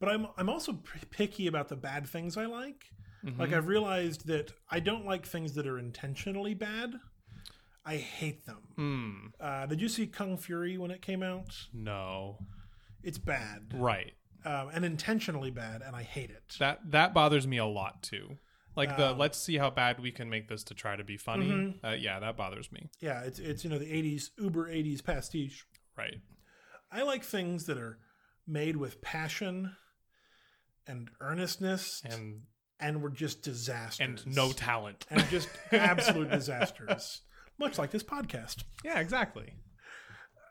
But I'm, I'm also p- picky about the bad things I like. Mm-hmm. Like, I've realized that I don't like things that are intentionally bad. I hate them. Hmm. Uh, did you see Kung Fury when it came out? No. It's bad. Right. um, and intentionally bad, and I hate it. That that bothers me a lot too. Like the Um, let's see how bad we can make this to try to be funny. Mhm. Uh, yeah, that bothers me. Yeah, it's it's you know the '80s Uber '80s pastiche. Right. I like things that are made with passion and earnestness, and, And were just disasters and no talent. and just absolute disasters, much like this podcast. yeah, exactly.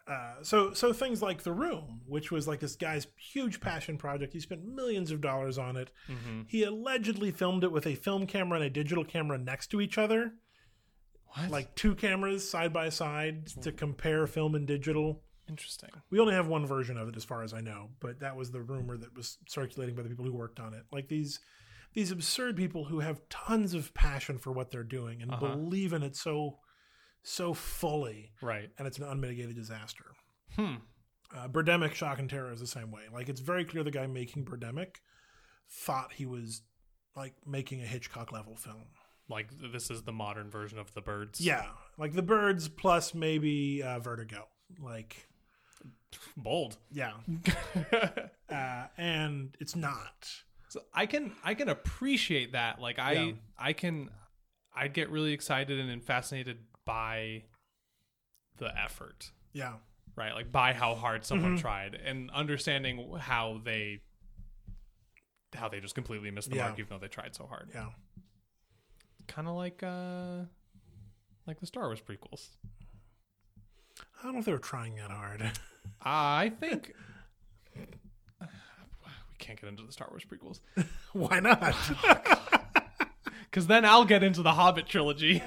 Uh, so so things like the room, which was like this guy's huge passion project. He spent millions of dollars on it. hmm He allegedly filmed it with a film camera and a digital camera next to each other, What? like two cameras side by side to compare film and digital. interesting. We only have one version of it, as far as I know, but that was the rumor that was circulating by the people who worked on it. Like these, these absurd people who have tons of passion for what they're doing and Uh-huh. believe in it so, so fully, Right. and it's an unmitigated disaster. Hmm. Uh, Birdemic Shock and Terror is the same way. Like it's very clear the guy making Birdemic thought he was like making a Hitchcock level film. Like th- this is the modern version of the birds. Yeah, like The Birds plus maybe uh, Vertigo. Like Bold. (laughs) yeah, Mm-hmm. uh, and it's not. So I can I can appreciate that. Like I Yeah. I can I get really excited and fascinated by the effort, Yeah, right? Like by how hard someone Mm-hmm. tried and understanding how they how they just completely missed the Yeah. mark even though they tried so hard. yeah. Kind of like uh like the Star Wars prequels. I don't know if they were trying that hard. (laughs) I think (sighs) we can't get into the Star Wars prequels. Why (laughs) not? Because then I'll get into the (laughs) Hobbit trilogy.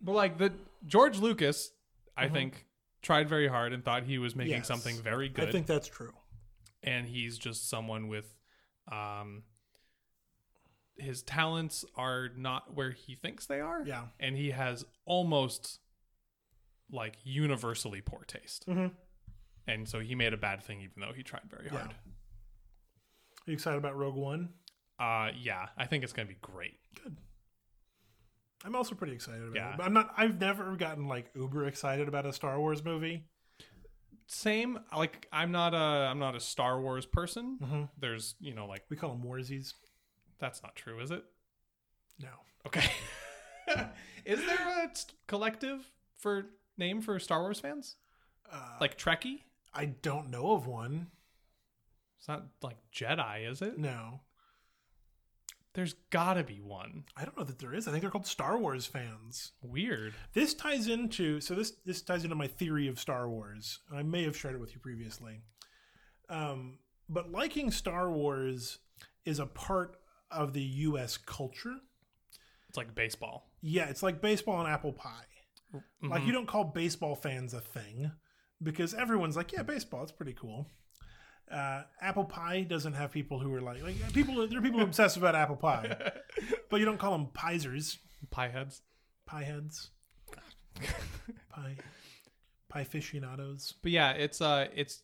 but like the George Lucas, I think tried very hard and thought he was making Mm-hmm. Yes. something very good, I think that's true. and he's just someone with, um, his talents are not where he thinks they are. Yeah. and he has almost like universally poor taste, Mhm. and so he made a bad thing, even though he tried very Yeah. hard. Are you excited about Rogue One? Uh, yeah, I think it's gonna be great. I'm also pretty excited about Yeah. it. But I'm not. I've never gotten like uber excited about a Star Wars movie. same like i'm not a i'm not a star wars person Mm-hmm. there's you know like We call them Warsies. that's not true is it No, okay (laughs) is there a s- collective for name for star wars fans uh, like trekkie I don't know of one. it's not like jedi is it No, there's gotta be one I don't know that there is. I think they're called Star Wars fans. weird This ties into so this this ties into my theory of Star Wars. And I may have shared it with you previously. Um, but liking Star Wars is a part of the U.S. culture. it's like baseball Yeah, it's like baseball and apple pie. Like you don't call baseball fans a thing because everyone's like, yeah, baseball, it's pretty cool. Uh, apple pie doesn't have people who are like, like people. There are people who obsess about apple pie, but you don't call them piezers, pie heads pie heads, pie, pie aficionados. but yeah it's uh it's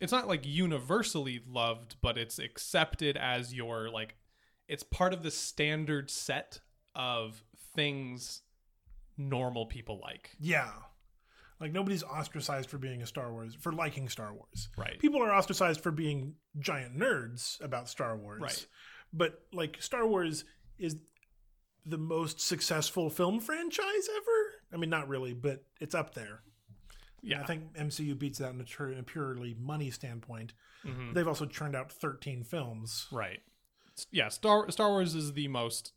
it's not like universally loved but it's accepted as your like it's part of the standard set of things normal people like Yeah, like nobody's ostracized for being a Star Wars for liking Star Wars. right people are ostracized for being giant nerds about Star Wars. Right. But like Star Wars is the most successful film franchise ever. I mean, not really, but it's up there. yeah I think MCU beats that in a, tur- in a purely money standpoint. Mhm. They've also churned out 13 films. right S- yeah star star wars is the most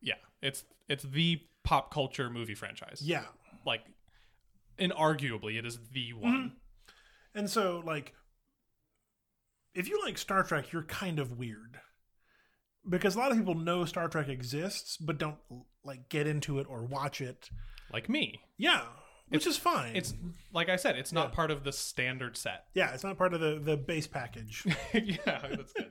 yeah it's it's the pop culture movie franchise Yeah. like inarguably it is the Mm-hmm. one And so, like, if you like Star Trek, you're kind of weird. Because a lot of people know Star Trek exists, but don't like get into it or watch it. like me Yeah, which is fine. it's like i said it's not Yeah. part of the standard (laughs) set yeah, it's not part of the the base package. (laughs) yeah that's good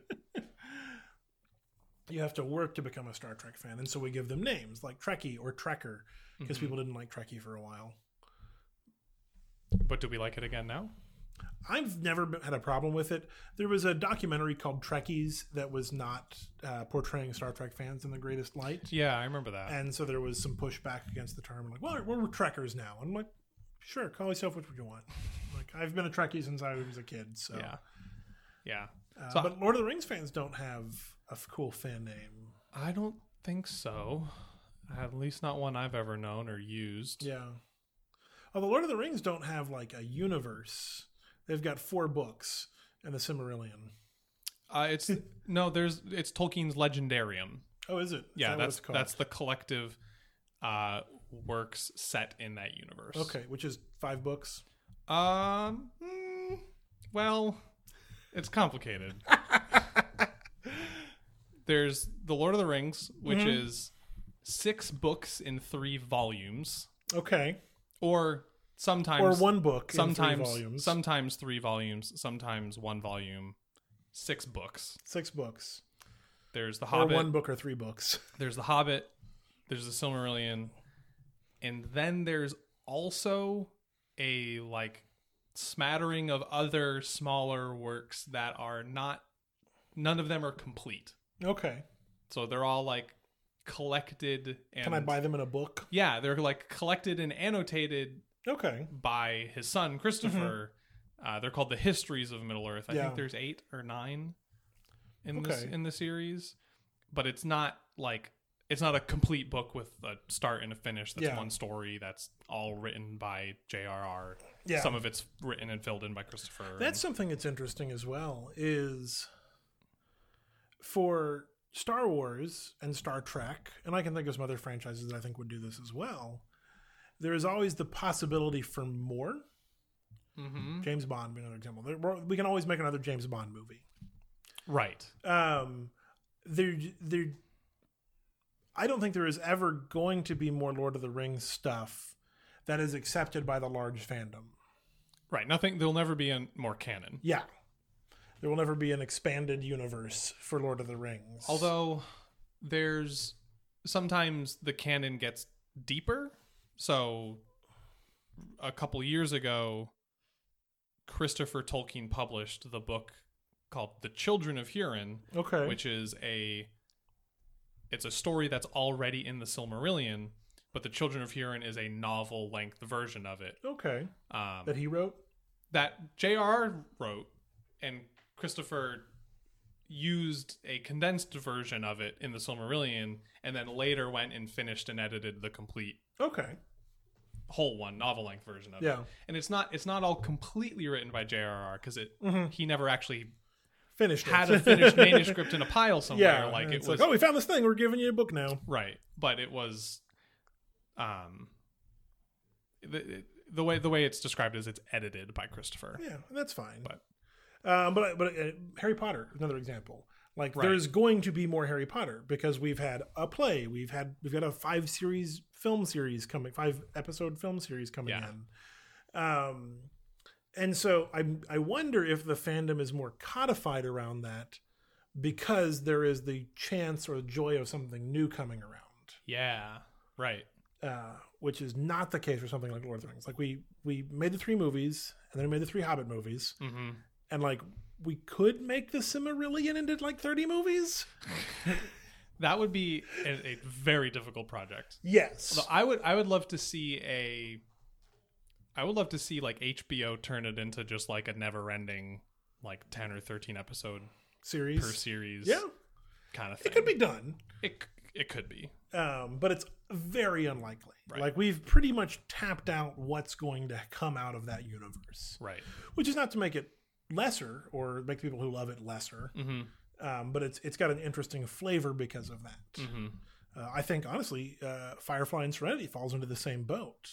you have to work to become a Star Trek fan, and so we give them names like Trekkie or Trekker Mm-hmm. because people didn't like Trekkie for a while. But do we like it again now? I've never been, had a problem with it. There was a documentary called Trekkies that was not uh, portraying Star Trek fans in the greatest light, Yeah, I remember that. and so there was some pushback against the term. Like, well, we're, we're Trekkers now. I'm like, sure, call yourself what you want. Like, Trek. I've been a Trekkie since I was a kid. So, Yeah. Yeah. Uh, So- but Lord of the Rings fans don't have a f- cool fan name. I don't think so. At least not one I've ever known or used. Yeah. Oh, the Lord of the Rings don't have like a universe. They've got four books and the Cimmerillion. Uh, (laughs) it's no, there's it's Tolkien's Legendarium. Oh, is it? Is Yeah, that what that's it's called? that's the collective uh, works set in that universe. okay, which is five books. Um. mm, well, (laughs) it's complicated. There's the Lord of the Rings, which Mm-hmm. is six books in three volumes, Okay, or sometimes or one book. in sometimes three volumes. sometimes three volumes, sometimes one volume, six books. six books, There's the or Hobbit. one book or three books. (laughs) There's the Hobbit. There's the Silmarillion, and then there's also a like smattering of other smaller works that are not. None of them are complete, Okay, so they're all like collected. And, can I buy them in a book? Yeah, they're like collected and annotated Okay, by his son Christopher. Uh, they're called the Histories of Middle Earth. I Mm-hmm. Yeah. think there's eight or nine in this Okay. in the series, but it's not like it's not a complete book with a start and a finish. That's Yeah. one story. That's all written by J.R.R. yeah. Some of it's written and filled in by Christopher. and- That's something that's interesting as well is for Star Wars and Star Trek, and I can think of some other franchises that I think would do this as well. There is always the possibility for more. Mhm. James Bond, being another example. There- we're- We can always make another James Bond movie. right. Um, there, there. I don't think there is ever going to be more Lord of the Rings stuff that is accepted by the large fandom. Right. Nothing. There'll never be a more canon. Yeah. There will never be an expanded universe for Lord of the Rings. Although there's sometimes the canon gets deeper. So a couple years ago, Christopher Tolkien published the book called The Children of Hurin, okay, which is a it's a story that's already in the Silmarillion, but The Children of Hurin is a novel length version of it. okay, Um, that he wrote. that J.R. wrote and Christopher used a condensed version of it in the Silmarillion, and then later went and finished and edited the complete Okay, whole one novel length version of Yeah. it. And it's not it's not all completely written by J.R.R. because it he never actually Mm-hmm. finished. it. had a finished (laughs) manuscript in a pile somewhere. yeah, like and it it's was like, oh, we found this thing. We're giving you a book now. right, but it was, um, the the way the way it's described is it's edited by Christopher. Yeah, that's fine. But- um, but but uh, Harry Potter, another example. Like Right. there's going to be more Harry Potter because we've had a play, we've had we've got a five series film series coming, five episode film series coming Yeah. in. Um, and so I I wonder if the fandom is more codified around that because there is the chance or joy of something new coming around. Yeah, right. Uh, which is not the case for something like Lord of the Rings. Like we we made the three movies, and then we made the three Hobbit movies, Mm-hmm. and like we could make the Cimmerillion into like 30 movies. That would be a, a very difficult project. Yes. So I would I would love to see a I would love to see like HBO turn it into just like a never ending like 10 or 13 episode Series. per series Yeah, kind of thing. it could be done, it, c- it could be. um, but it's very unlikely. Right. Like we've pretty much tapped out what's going to come out of that universe, Right. which is not to make it lesser or make the people who love it lesser, Mm-hmm. um, but it's it's got an interesting flavor because of that. Mm-hmm. Uh, I think honestly, uh, Firefly and Serenity falls into the same boat.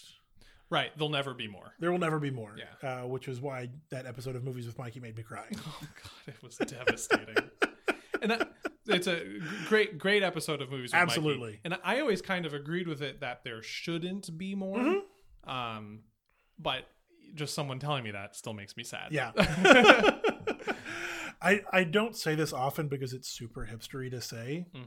Right. There'll never be more. There will never be more, Yeah. uh, which is why that episode of Movies with Mikey made me (laughs) cry. Oh God, it was devastating. and I, it's a g- great, great episode of movies. With Mikey. Absolutely. And I always kind of agreed with it that there shouldn't be more. Mm-hmm. Um, but just someone telling me that still makes me sad. (laughs) Yeah. I I don't say this often because it's super hipstery to say, hmm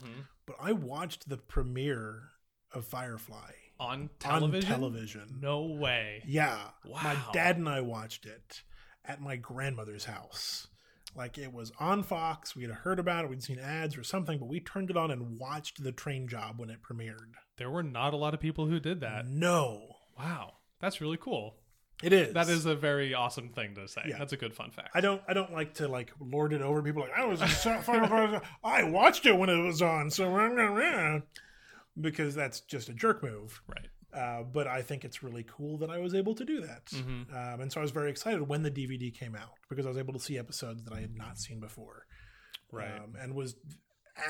but I watched the premiere of Firefly On television. on television. No way. Yeah. My Wow. dad and I watched it at my grandmother's house. Like it was on Fox. We had heard about it. We'd seen ads or something, but we turned it on and watched the train job when it premiered. Mm. There were not a lot of people who did that. No. Wow, that's really cool. It is. That is a very awesome thing to say. Yeah. That's a good fun fact. I don't. I don't like to like lord it over people. Like I was. (laughs) so- I watched it when it was on. So because that's just a jerk move. (laughs) right. Uh, but I think it's really cool that I was able to do that. Mm-hmm. Um, and so I was very excited when the DVD came out because I was able to see episodes that I had not seen before. Right. Um, and was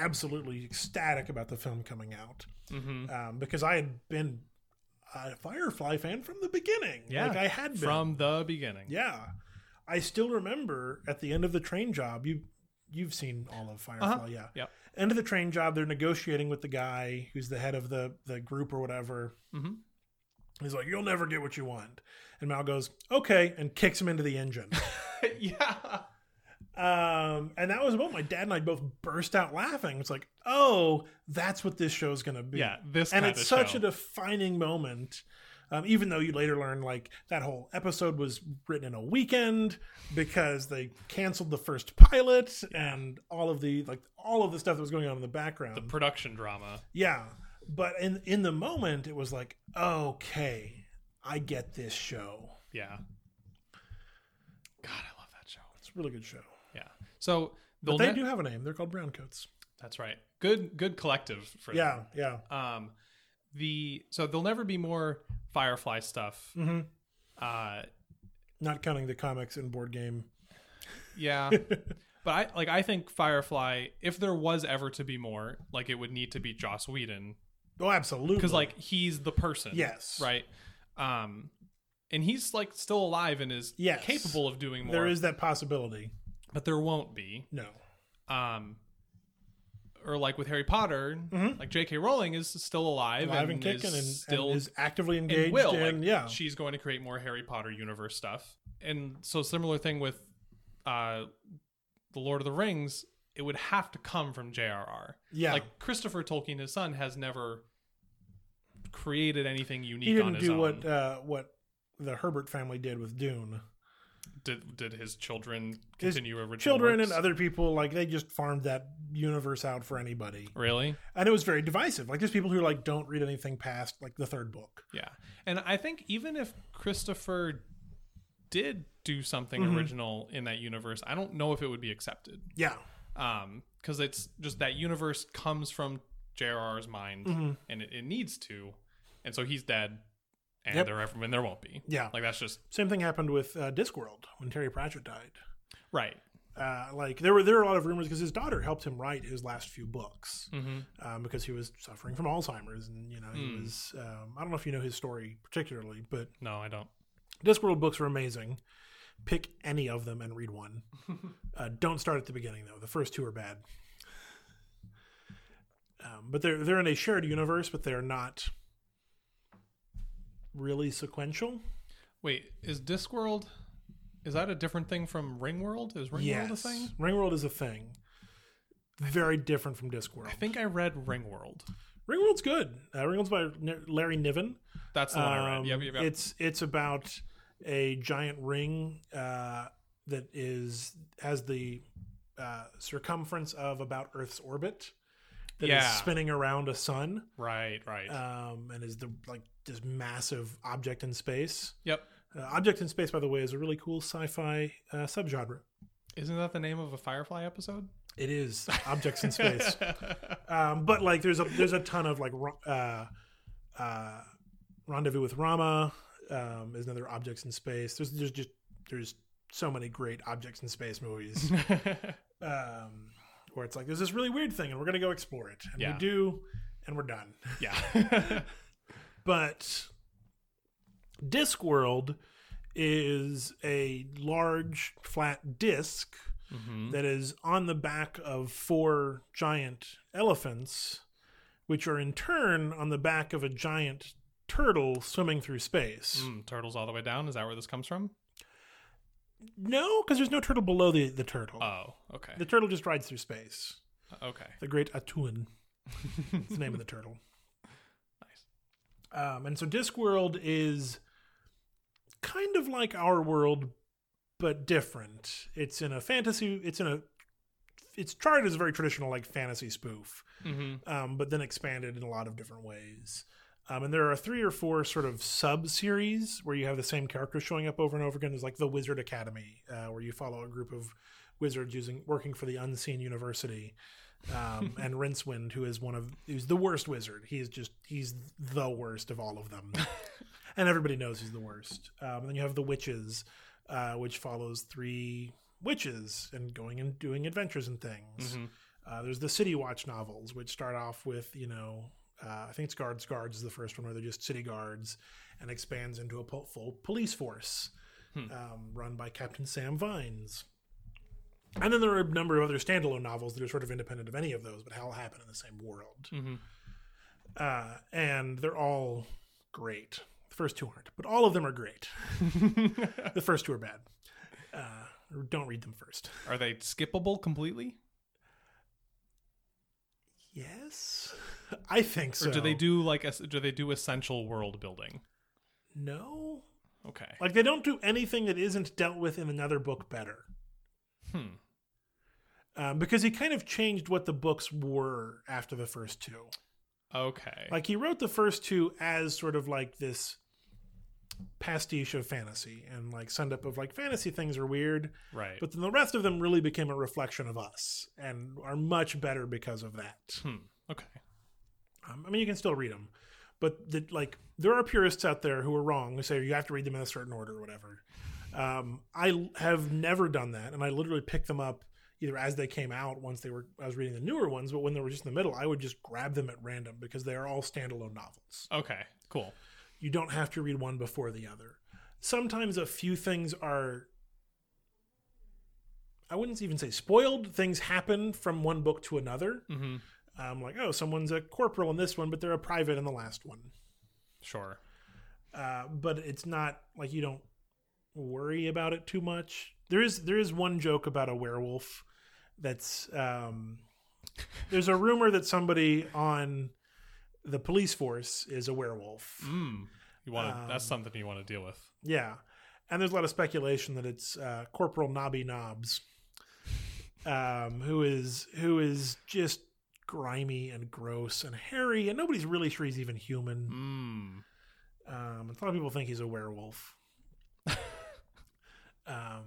absolutely ecstatic about the film coming out hmm um, because I had been a Firefly fan from the beginning. Yeah. Like I had been. From the beginning. yeah. I still remember at the end of the train job, you. You've seen all of Firefly, Uh-huh. yeah. Yep. End of the train job, they're negotiating with the guy who's the head of the the group or whatever, hmm He's like, "You'll never get what you want." And Mal goes, "Okay," and kicks him into the engine. (laughs) yeah. um, and that was about my dad and I both burst out laughing. It's like, "Oh, that's what this show's gonna be." Yeah. This and kind it's of such show. a defining moment. Um, even though you later learn, like that whole episode was written in a weekend because they canceled the first pilot and all of the like all of the stuff that was going on in the background. the production drama. Yeah, but in in the moment, it was like, okay, I get this show. Yeah. God, I love that show. It's a really good show. Yeah. So But they'll they ne- do have a name. They're called Browncoats. That's right. Good good collective for Yeah, yeah. them. Um the so there'll never be more Firefly stuff. hmm Uh Not counting the comics and board game. (laughs) yeah. but I like I think Firefly if there was ever to be more, like it would need to be Joss Whedon Oh, absolutely. cuz like he's the person. yes, Right? Um and he's like still alive and is Yes. capable of doing more. There is that possibility. but there won't be. No. um or like with Harry Potter, like J.K. Rowling is still alive, Live Mm-hmm. and and, kicking is and, still and is actively engaged and will. in like, yeah. she's going to create more Harry Potter universe stuff, and so similar thing with uh, the Lord of the Rings. It would have to come from J.R.R. Yeah. like Christopher Tolkien, his son, has never created anything unique he on didn't his do own. what uh, what the Herbert family did with Dune. did did his children continue original Children works? and other people like they just farmed that universe out for anybody. really and it was very divisive. Like there's people who like don't read anything past like the third book. Yeah. And I think even if Christopher did do something Mm-hmm. original in that universe, I don't know if it would be accepted. Yeah, Um, because it's just that universe comes from JRR's mind Mm-hmm. and it, it needs to. And so he's dead and Yep. there and there won't be. yeah. Like that's just Same thing happened with uh, Discworld when Terry Pratchett died. right. Uh, like there were there were a lot of rumors because his daughter helped him write his last few books Mm-hmm. um, because he was suffering from Alzheimer's and you know he Hmm. was um, I don't know if you know his story particularly, but No, I don't. Discworld books are amazing. Pick any of them and read (laughs) one. uh, don't start at the beginning though. The first two are bad. Um, but they're they're in a shared universe, but they're not really sequential. Wait, is Discworld is that a different thing from Ringworld? Is Ringworld a thing? Ringworld is a thing. Very different from Discworld. I think I read Ringworld. Ringworld's good. Uh, Ringworld's by N- Larry Niven. That's the one I read. Um, Yep, yep, yep. It's it's about a giant ring uh, that is has the uh, circumference of about Earth's orbit that is Yeah. spinning around a sun Right, right. um, and is the like this massive object in space. yep. Uh, object in space, by the way, is a really cool sci-fi uh, subgenre. Isn't that the name of a Firefly episode? It is objects in (laughs) space, um, but like there's a there's a ton of like ro- uh, uh, rendezvous with Rama um, is another objects in space. There's there's just there's so many great objects in space (laughs) movies um, where it's like there's this really weird thing and we're gonna go explore it and Yeah. we do and we're done. (laughs) yeah. But Discworld is a large flat disk hmm that is on the back of four giant elephants, which are in turn on the back of a giant turtle swimming through space. Hmm, turtles all the way down. Is that where this comes from? No, because there's no turtle below the, the turtle. Oh, okay. the turtle just rides through space. Okay. The Great Atuan. it's the name (laughs) of the turtle. Nice. Um, and so Discworld is kind of like our world, but different. It's in a fantasy. It's in a. It's charted as a very traditional like fantasy spoof. hmm um, but then expanded in a lot of different ways. Um, and there are three or four sort of sub series where you have the same characters showing up over and over again. There's like the Wizard Academy, uh, where you follow a group of wizards using working for the Unseen University, um, and Rincewind, who is one of who's the worst wizard. He is just he's the worst of all of them, and everybody knows he's the worst. Um, and then you have the witches, uh, which follows three witches and going and doing adventures and things. Mhm. Uh, there's the City Watch novels, which start off with, you know, uh, I think it's Guards Guards is the first one where they're just city guards and expands into a po- full police force um, run by Captain Sam Vines. And then there are a number of other standalone novels that are sort of independent of any of those, but all happen in the same world. Mhm. Uh, and they're all great. The first two aren't, but all of them are (laughs) great. the first two are bad. Uh, don't read them first. Are they skippable completely? Yes, I think so. Or do they do like es- do they do essential world building? No. Okay. Like they don't do anything that isn't dealt with in another book better. Hmm. Um, because he kind of changed what the books were after the first two. Okay. Like he wrote the first two as sort of like this pastiche of fantasy and like send up of like fantasy things are weird, right. but then the rest of them really became a reflection of us and are much better because of that. hmm. Okay. Um, I mean, you can still read them, but the, like there are purists out there who are wrong who say you have to read them in a certain order or whatever. Um, I l- have never done that, and I literally picked them up either as they came out once they were I was reading the newer ones, but when they were just in the middle, I would just grab them at random because they are all standalone novels. Okay. Cool. You don't have to read one before the other. Sometimes a few things are. I wouldn't even say spoiled. Things happen from one book to another. hmm Um, like, oh, someone's a corporal in this one, but they're a private in the last one. Sure. Uh, but it's not like you don't worry about it too much. There is there is one joke about a werewolf that's um, there's a rumor that somebody on the police force is a werewolf. Hmm. You want to Um, that's something you want to deal with. Yeah, and there's a lot of speculation that it's uh, Corporal Nobby Knobs, um, who is who is just grimy and gross and hairy, and nobody's really sure he's even human. Hmm. Um, a lot of people think he's a werewolf. um,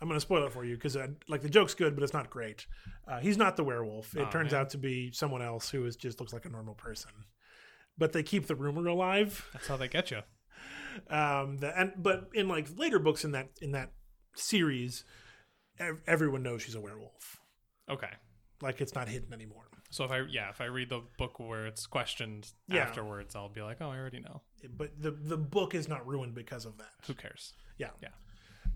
I'm going to spoil it for you because like the joke's good, but it's not great. Uh, he's not the werewolf. It Aw, turns man. out to be someone else who is just looks like a normal person. But they keep the rumor alive. That's how they get you. Um, the, and but in like later books in that in that series, ev- everyone knows she's a werewolf. Okay. Like it's not hidden anymore. So if I yeah, if I read the book where it's questioned Yeah. afterwards, I'll be like, "Oh, I already know. But the the book is not ruined because of that. Who cares?" Yeah. Yeah.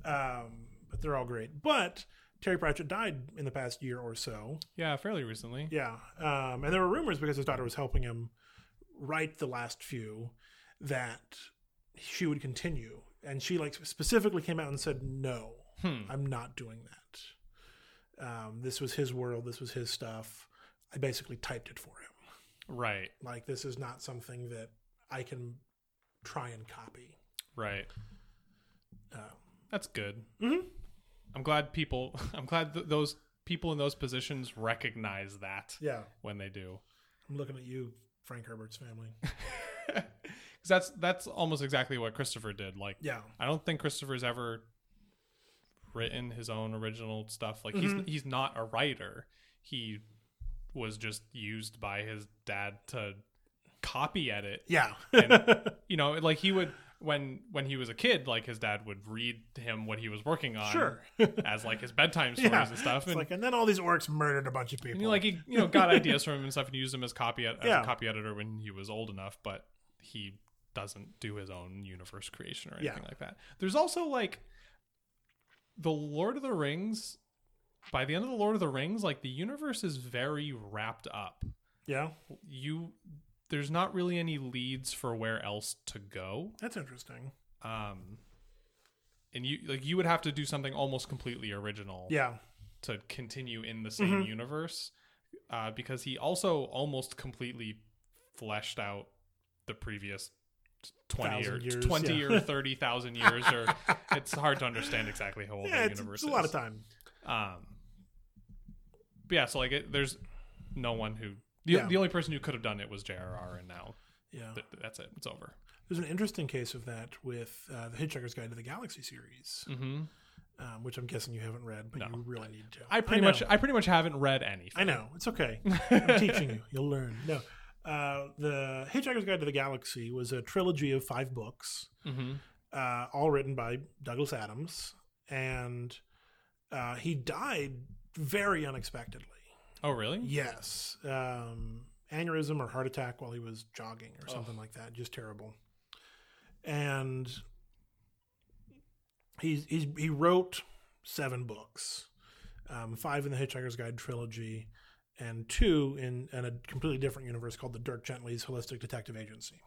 Um, but they're all great. But Terry Pratchett died in the past year or so. Yeah, fairly recently. Yeah. Um, and there were rumors because his daughter was helping him write the last few that she would continue. And she like specifically came out and said, no, Hmm. I'm not doing that. Um, this was his world. This was his stuff. I basically typed it for him. Right. Like, this is not something that I can try and copy. Right. Um, That's good. Mhm. I'm glad people. (laughs) I'm glad th- those people in those positions recognize that yeah. when they do, I'm looking at you, Frank Herbert's family. because that's that's almost exactly what Christopher did. Like, Yeah. I don't think Christopher's ever written his own original stuff. Like, Mm-hmm. he's he's not a writer. He was just used by his dad to copy edit Yeah. (laughs) (laughs) And- you know like he would when when he was a kid like his dad would read him what he was working (laughs) on Sure. as like his bedtime stories (laughs) yeah. and stuff It's and, like, and then all these orcs murdered a bunch of and people. he, like he you know got (laughs) ideas from him and stuff and used him as copy ed- as Yeah. a copy editor when he was old enough but he doesn't do his own universe creation or Yeah. anything like that there's also like the lord of the rings by the end of the lord of the rings like the universe is very wrapped up yeah. you there's not really any leads for where else to go That's interesting. um and you like you would have to do something almost completely original Yeah. Mm-hmm. to continue in the same universe uh because he also almost completely fleshed out the previous 20 or Thousand years, 20 yeah. or 30,000 (laughs) years or it's hard to understand exactly how old Yeah, the it's, universe it's a lot of is time. um but yeah so like it, there's no one who the, Yeah. the only person who could have done it was JRR and now Yeah. Th- that's it. It's over. There's an interesting case of that with uh, the Hitchhiker's Guide to the Galaxy series, Mm-hmm. um, which I'm guessing you haven't read, but No. you really need to. I pretty know. much I pretty much haven't read any. I know it's (laughs) okay. I'm teaching you. You'll learn. No, uh, the Hitchhiker's Guide to the Galaxy was a trilogy of five books, Mm-hmm. uh, all written by Douglas Adams, and uh, he died very unexpectedly. Oh really? Yes, um, aneurysm or heart attack while he was jogging or something like that. Just terrible. And he's, he's he wrote seven books, um, five in the Hitchhiker's Guide trilogy, and two in, in a completely different universe called the Dirk Gently's Holistic Detective Agency.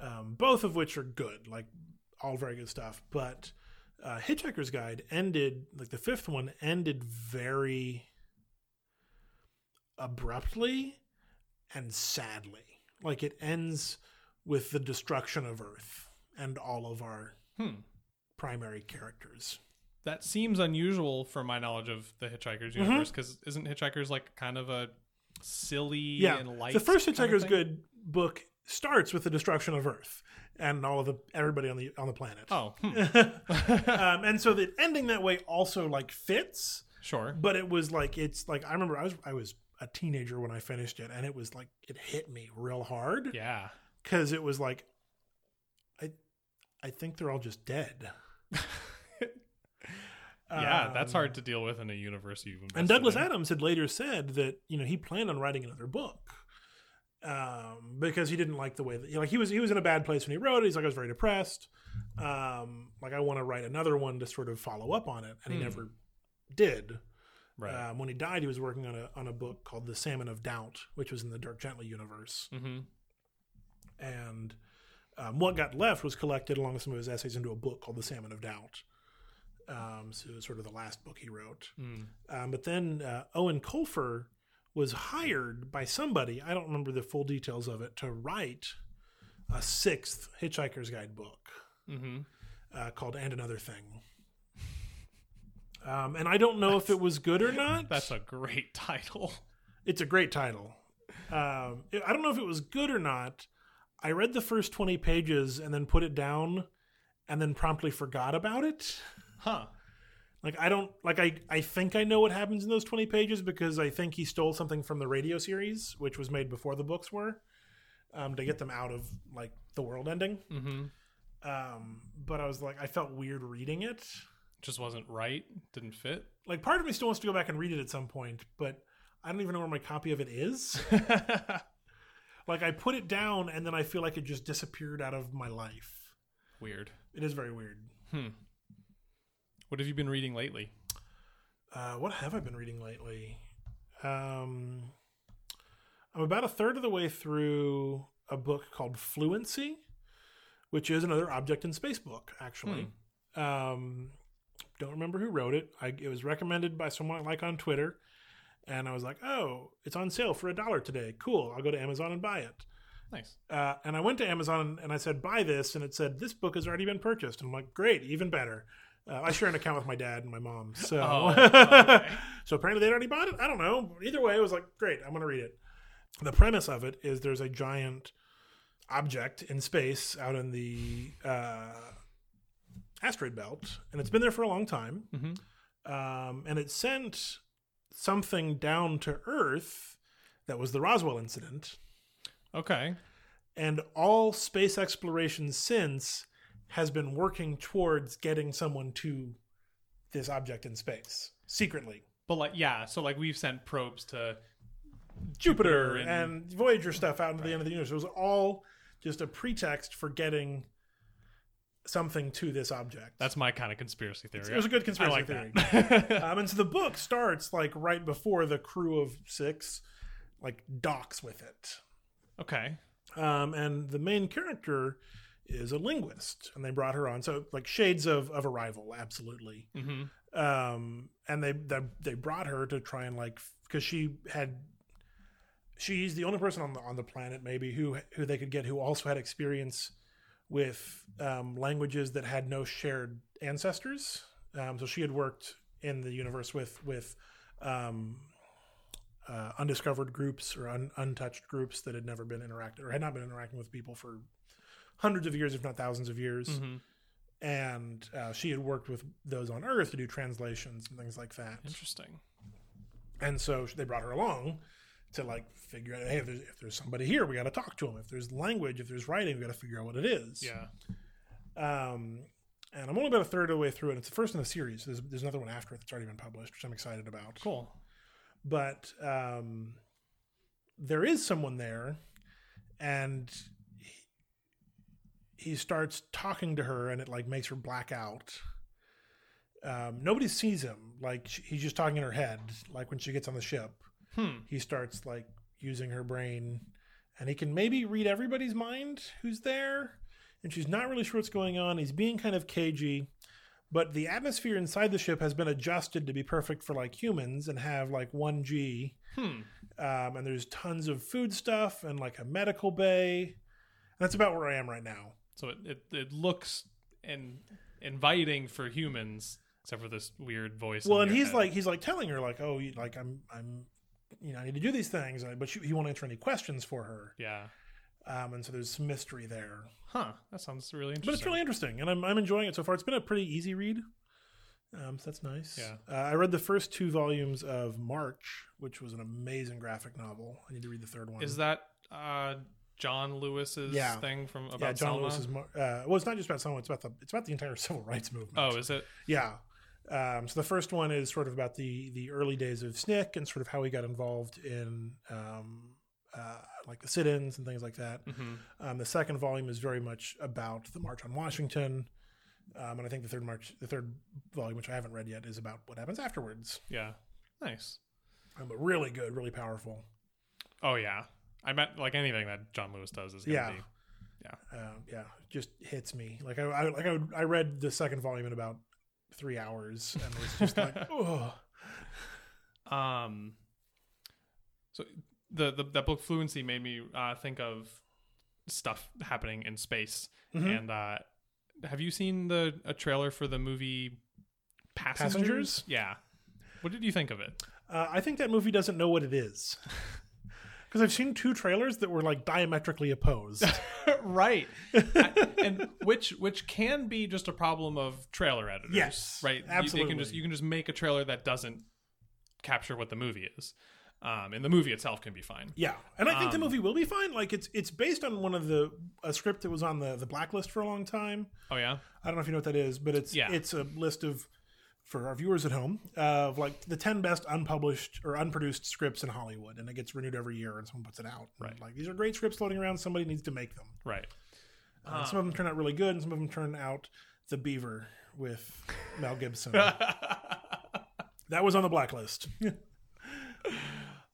um, both of which are good, like all very good stuff. But uh, Hitchhiker's Guide ended like the fifth one ended very abruptly and sadly. Like it ends with the destruction of Earth and all of our Hmm. primary characters. That seems unusual for my knowledge of the Hitchhiker's Mm-hmm. universe because isn't Hitchhiker's like kind of a silly Yeah, and light? the first kind of Hitchhiker's thing? Good book starts with the destruction of Earth and all of the everybody on the on the planet. Oh, hmm. (laughs) um, and so the ending that way also like fits, sure. but it was like it's like I remember I was I was a teenager when I finished it, and it was like it hit me real hard. Yeah. because it was like i i think they're all just dead (laughs) Yeah, that's Um, hard to deal with in a universe you've invested and douglas in. adams had later said that you know he planned on writing another book um, because he didn't like the way that you know, like he was he was in a bad place when he wrote it he's like i was very depressed um, like i want to write another one to sort of follow up on it and he Hmm. never did right? um, when he died he was working on a on a book called the salmon of doubt which was in the dirk gently universe mm-hmm. and um, what got left was collected along with some of his essays into a book called The Salmon of Doubt. Um, so it was sort of the last book he wrote. Mm. Um, but then uh, Owen Colfer was hired by somebody, I don't remember the full details of it, to write a sixth Hitchhiker's Guide book Mm-hmm. uh, called And Another Thing. Um, and I don't know if it was good or not. That's a great (laughs) title. It's a great title. Um, I don't know if it was good or not. I read the first 20 pages and then put it down and then promptly forgot about it. Huh. Like I don't like I I think I know what happens in those 20 pages because I think he stole something from the radio series which was made before the books were um to get them out of like the world ending. Mm-hmm. Um but I was like I felt weird reading it. Just wasn't right. (laughs) Didn't fit. Like part of me still wants to go back and read it at some point, but I don't even know where my copy of it is. like I put it down and then I feel like it just disappeared out of my life. Weird. It is very weird. What have you been reading lately? Uh, what have I been reading lately? Um, I'm about a third of the way through a book called Fluency, which is another object in space book, actually. Um, don't remember who wrote it. I, it was recommended by someone I like on Twitter. And I was like, oh, it's on sale for a dollar today. Cool. I'll go to Amazon and buy it. Nice. Uh, and I went to Amazon and I said, buy this. And it said, this book has already been purchased. And I'm like, great, even better. Uh, I share an account with my dad and my mom. So, (laughs) Oh, okay. so apparently they'd already bought it. I don't know. Either way, it was like, great, I'm going to read it. The premise of it is there's a giant object in space out in the uh, asteroid belt, and it's been there for a long time Mm-hmm. um, and it sent something down to Earth that was the Roswell incident, Okay. and all space exploration since has been working towards getting someone to this object in space secretly. But like, yeah. So like, we've sent probes to. Jupiter Jupiter and, and- Voyager stuff out into the end of the universe. It was all just a pretext for getting something to this object. That's my kind of conspiracy theory. it was a good I conspiracy like theory. (laughs) (laughs) that. um, and so the book starts like right before the crew of six like docks with it okay. um, and the main character is a linguist and they brought her on so like shades of, of arrival absolutely Mm-hmm. um, and they, they they brought her to try and like because she had she's the only person on the on the planet maybe who who they could get who also had experience with um, languages that had no shared ancestors. Um, so she had worked in the universe with with um, uh, undiscovered groups or un- untouched groups that had never been interacted or had not been interacting with people for hundreds of years, if not thousands of years. hmm And uh, she had worked with those on Earth to do translations and things like that. Interesting. And so sh- they brought her along to like figure out, hey, if there's, if there's somebody here, we got to talk to them. If there's language, if there's writing, we got to figure out what it is. Yeah. Um, and I'm only about a third of the way through it. It's the first in the series. There's, there's another one after it that's already been published, which I'm excited about. Cool. But um, there is someone there, and he, he starts talking to her, and it like makes her black out. Um, nobody sees him. Like sh he's just talking in her head. Like when she gets on the ship, Hmm. he starts like using her brain and he can maybe read everybody's mind who's there and she's not really sure what's going on he's being kind of cagey but the atmosphere inside the ship has been adjusted to be perfect for like humans and have like 1g Hmm. um, and there's tons of food stuff and like a medical bay and that's about where i am right now So it, it, it looks and inviting for humans, except for this weird voice. in well and your he's head. like he's like telling her like oh you, like i'm i'm you know i need to do these things uh, but she, he won't answer any questions for her yeah, um, and so there's some mystery there huh? That sounds really interesting. but it's really interesting, and I'm I'm enjoying it so far. It's been a pretty easy read, um, so that's nice. Yeah. uh, I read the first two volumes of March, which was an amazing graphic novel. I need to read the third one. Is that uh, John Lewis's Yeah. thing from about yeah, John Selma? Lewis's. Mar- uh, well, it's not just about someone; it's about the it's about the entire (laughs) civil rights movement. Oh, is it? yeah. Um, so the first one is sort of about the the early days of SNCC and sort of how he got involved in um, uh, like the sit-ins and things like that. hmm Um, the second volume is very much about the March on Washington, um, and I think the third march, the third volume, which I haven't read yet, is about what happens afterwards. Yeah, nice. Um, but really good, really powerful. Oh yeah, I meant like anything that John Lewis does is gonna Yeah. be Um, yeah, just hits me. Like I, I like I, would, I read the second volume in about three hours, and was just like, oh, Um, so the, the that book fluency made me uh, think of stuff happening in space. Mhm. And uh, have you seen the a trailer for the movie Passengers? Passengers? Yeah. What did you think (laughs) of it? uh, I think that movie doesn't know what it is. (laughs) Because I've seen two trailers that were like diametrically (laughs) opposed. right. (laughs) I- and which which can be just a problem of trailer editors. Yes, Right. You- You, absolutely. can just you can just make a trailer that doesn't capture what the movie is. Um, and the movie itself can be fine. Yeah, and I think the Um, movie will be fine. Like it's it's based on one of the a script that was on the the blacklist for a long time. Oh yeah. I don't know if you know what that is, but it's Yeah. it's a list of for our viewers at home of like the ten best unpublished or unproduced scripts in Hollywood, and it gets renewed every year, and someone puts it out. Right. like these are great scripts floating around. Somebody needs to make them. Right. Uh, some of them turn out really good, and some of them turn out the Beaver with Mel (laughs) Gibson. that was on the blacklist. (laughs)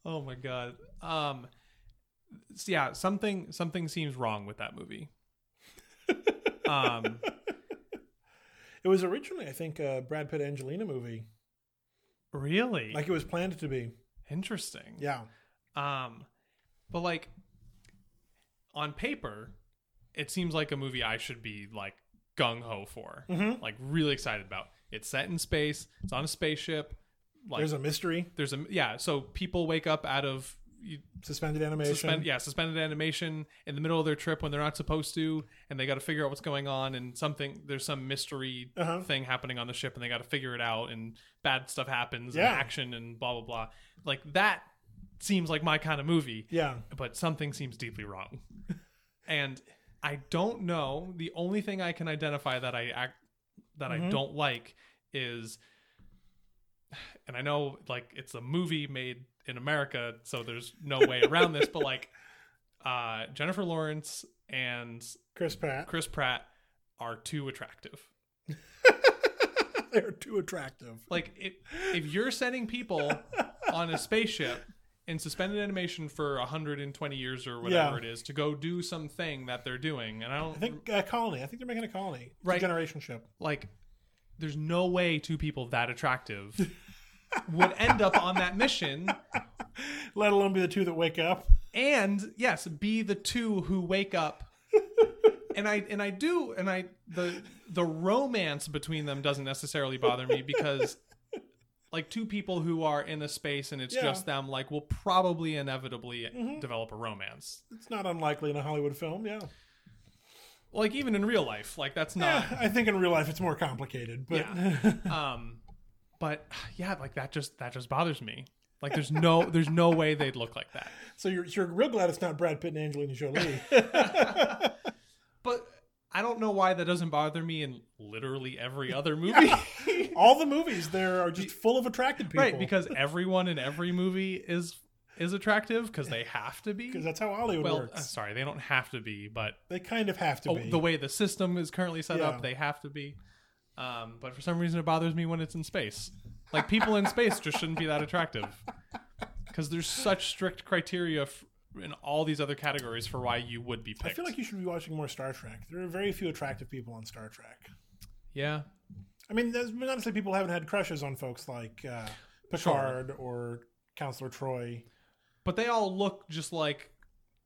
Oh my god. Um s- yeah, something something seems wrong with that (laughs) movie. um it was originally, I think, a Brad Pitt Angelina movie. really Like it was planned to be. interesting. Yeah. Um but like on paper it seems like a movie I should be like gung ho for. Mhm. Like really excited about. It's set in space, it's on a spaceship. Like There's a mystery, there's a yeah, so people wake up out of you, suspended animation. suspend yeah suspended animation in the middle of their trip when they're not supposed to and they got to figure out what's going on and something there's some mystery Uh-huh. thing happening on the ship and they got to figure it out and bad stuff happens Yeah. and action and blah blah blah like that seems like my kind of movie Yeah. but something seems deeply wrong and i don't know the only thing i can identify that i act that i don't like is and i know like it's a movie made in america so there's no way around this but like uh jennifer lawrence and Chris Pratt. chris pratt are too attractive (laughs) They're too attractive. like if, if you're sending people on a spaceship in suspended animation for 120 years or whatever Yeah. it is to go do something that they're doing and i don't I think uh, colony. I think they're making a colony. It's a Right. generation ship. like there's no way two people that attractive would end up on that mission Let alone be the two that wake up. and yes be the two who wake up and i and i do and i the the romance between them doesn't necessarily bother me because like two people who are in a space and it's Yeah. just them like will probably inevitably develop a romance It's not unlikely in a Hollywood film. Yeah. like even in real life like that's not Yeah, I think in real life it's more complicated, but (laughs) um but yeah like that just that just bothers me like there's no there's no way they'd look like that (laughs) so you're you're real glad it's not Brad Pitt and Angelina (laughs) Jolie. but i don't know why that doesn't bother me in literally every other movie All the movies there are just full of attracted people. right because everyone in every movie is is attractive because they have to be 'Cause that's how Hollywood well uh, works. sorry they don't have to be but They kind of have to oh, be. the way the system is currently set Yeah. up they have to be um, but for some reason it bothers me when it's in space like people in space just shouldn't be that attractive because there's such strict criteria f- in all these other categories for why you would be I picked feel like you should be watching more Star Trek. There are very few attractive people on Star Trek. yeah I mean, there's not to say people haven't had crushes on folks like uh, Picard or Counselor Troy. but they all look just like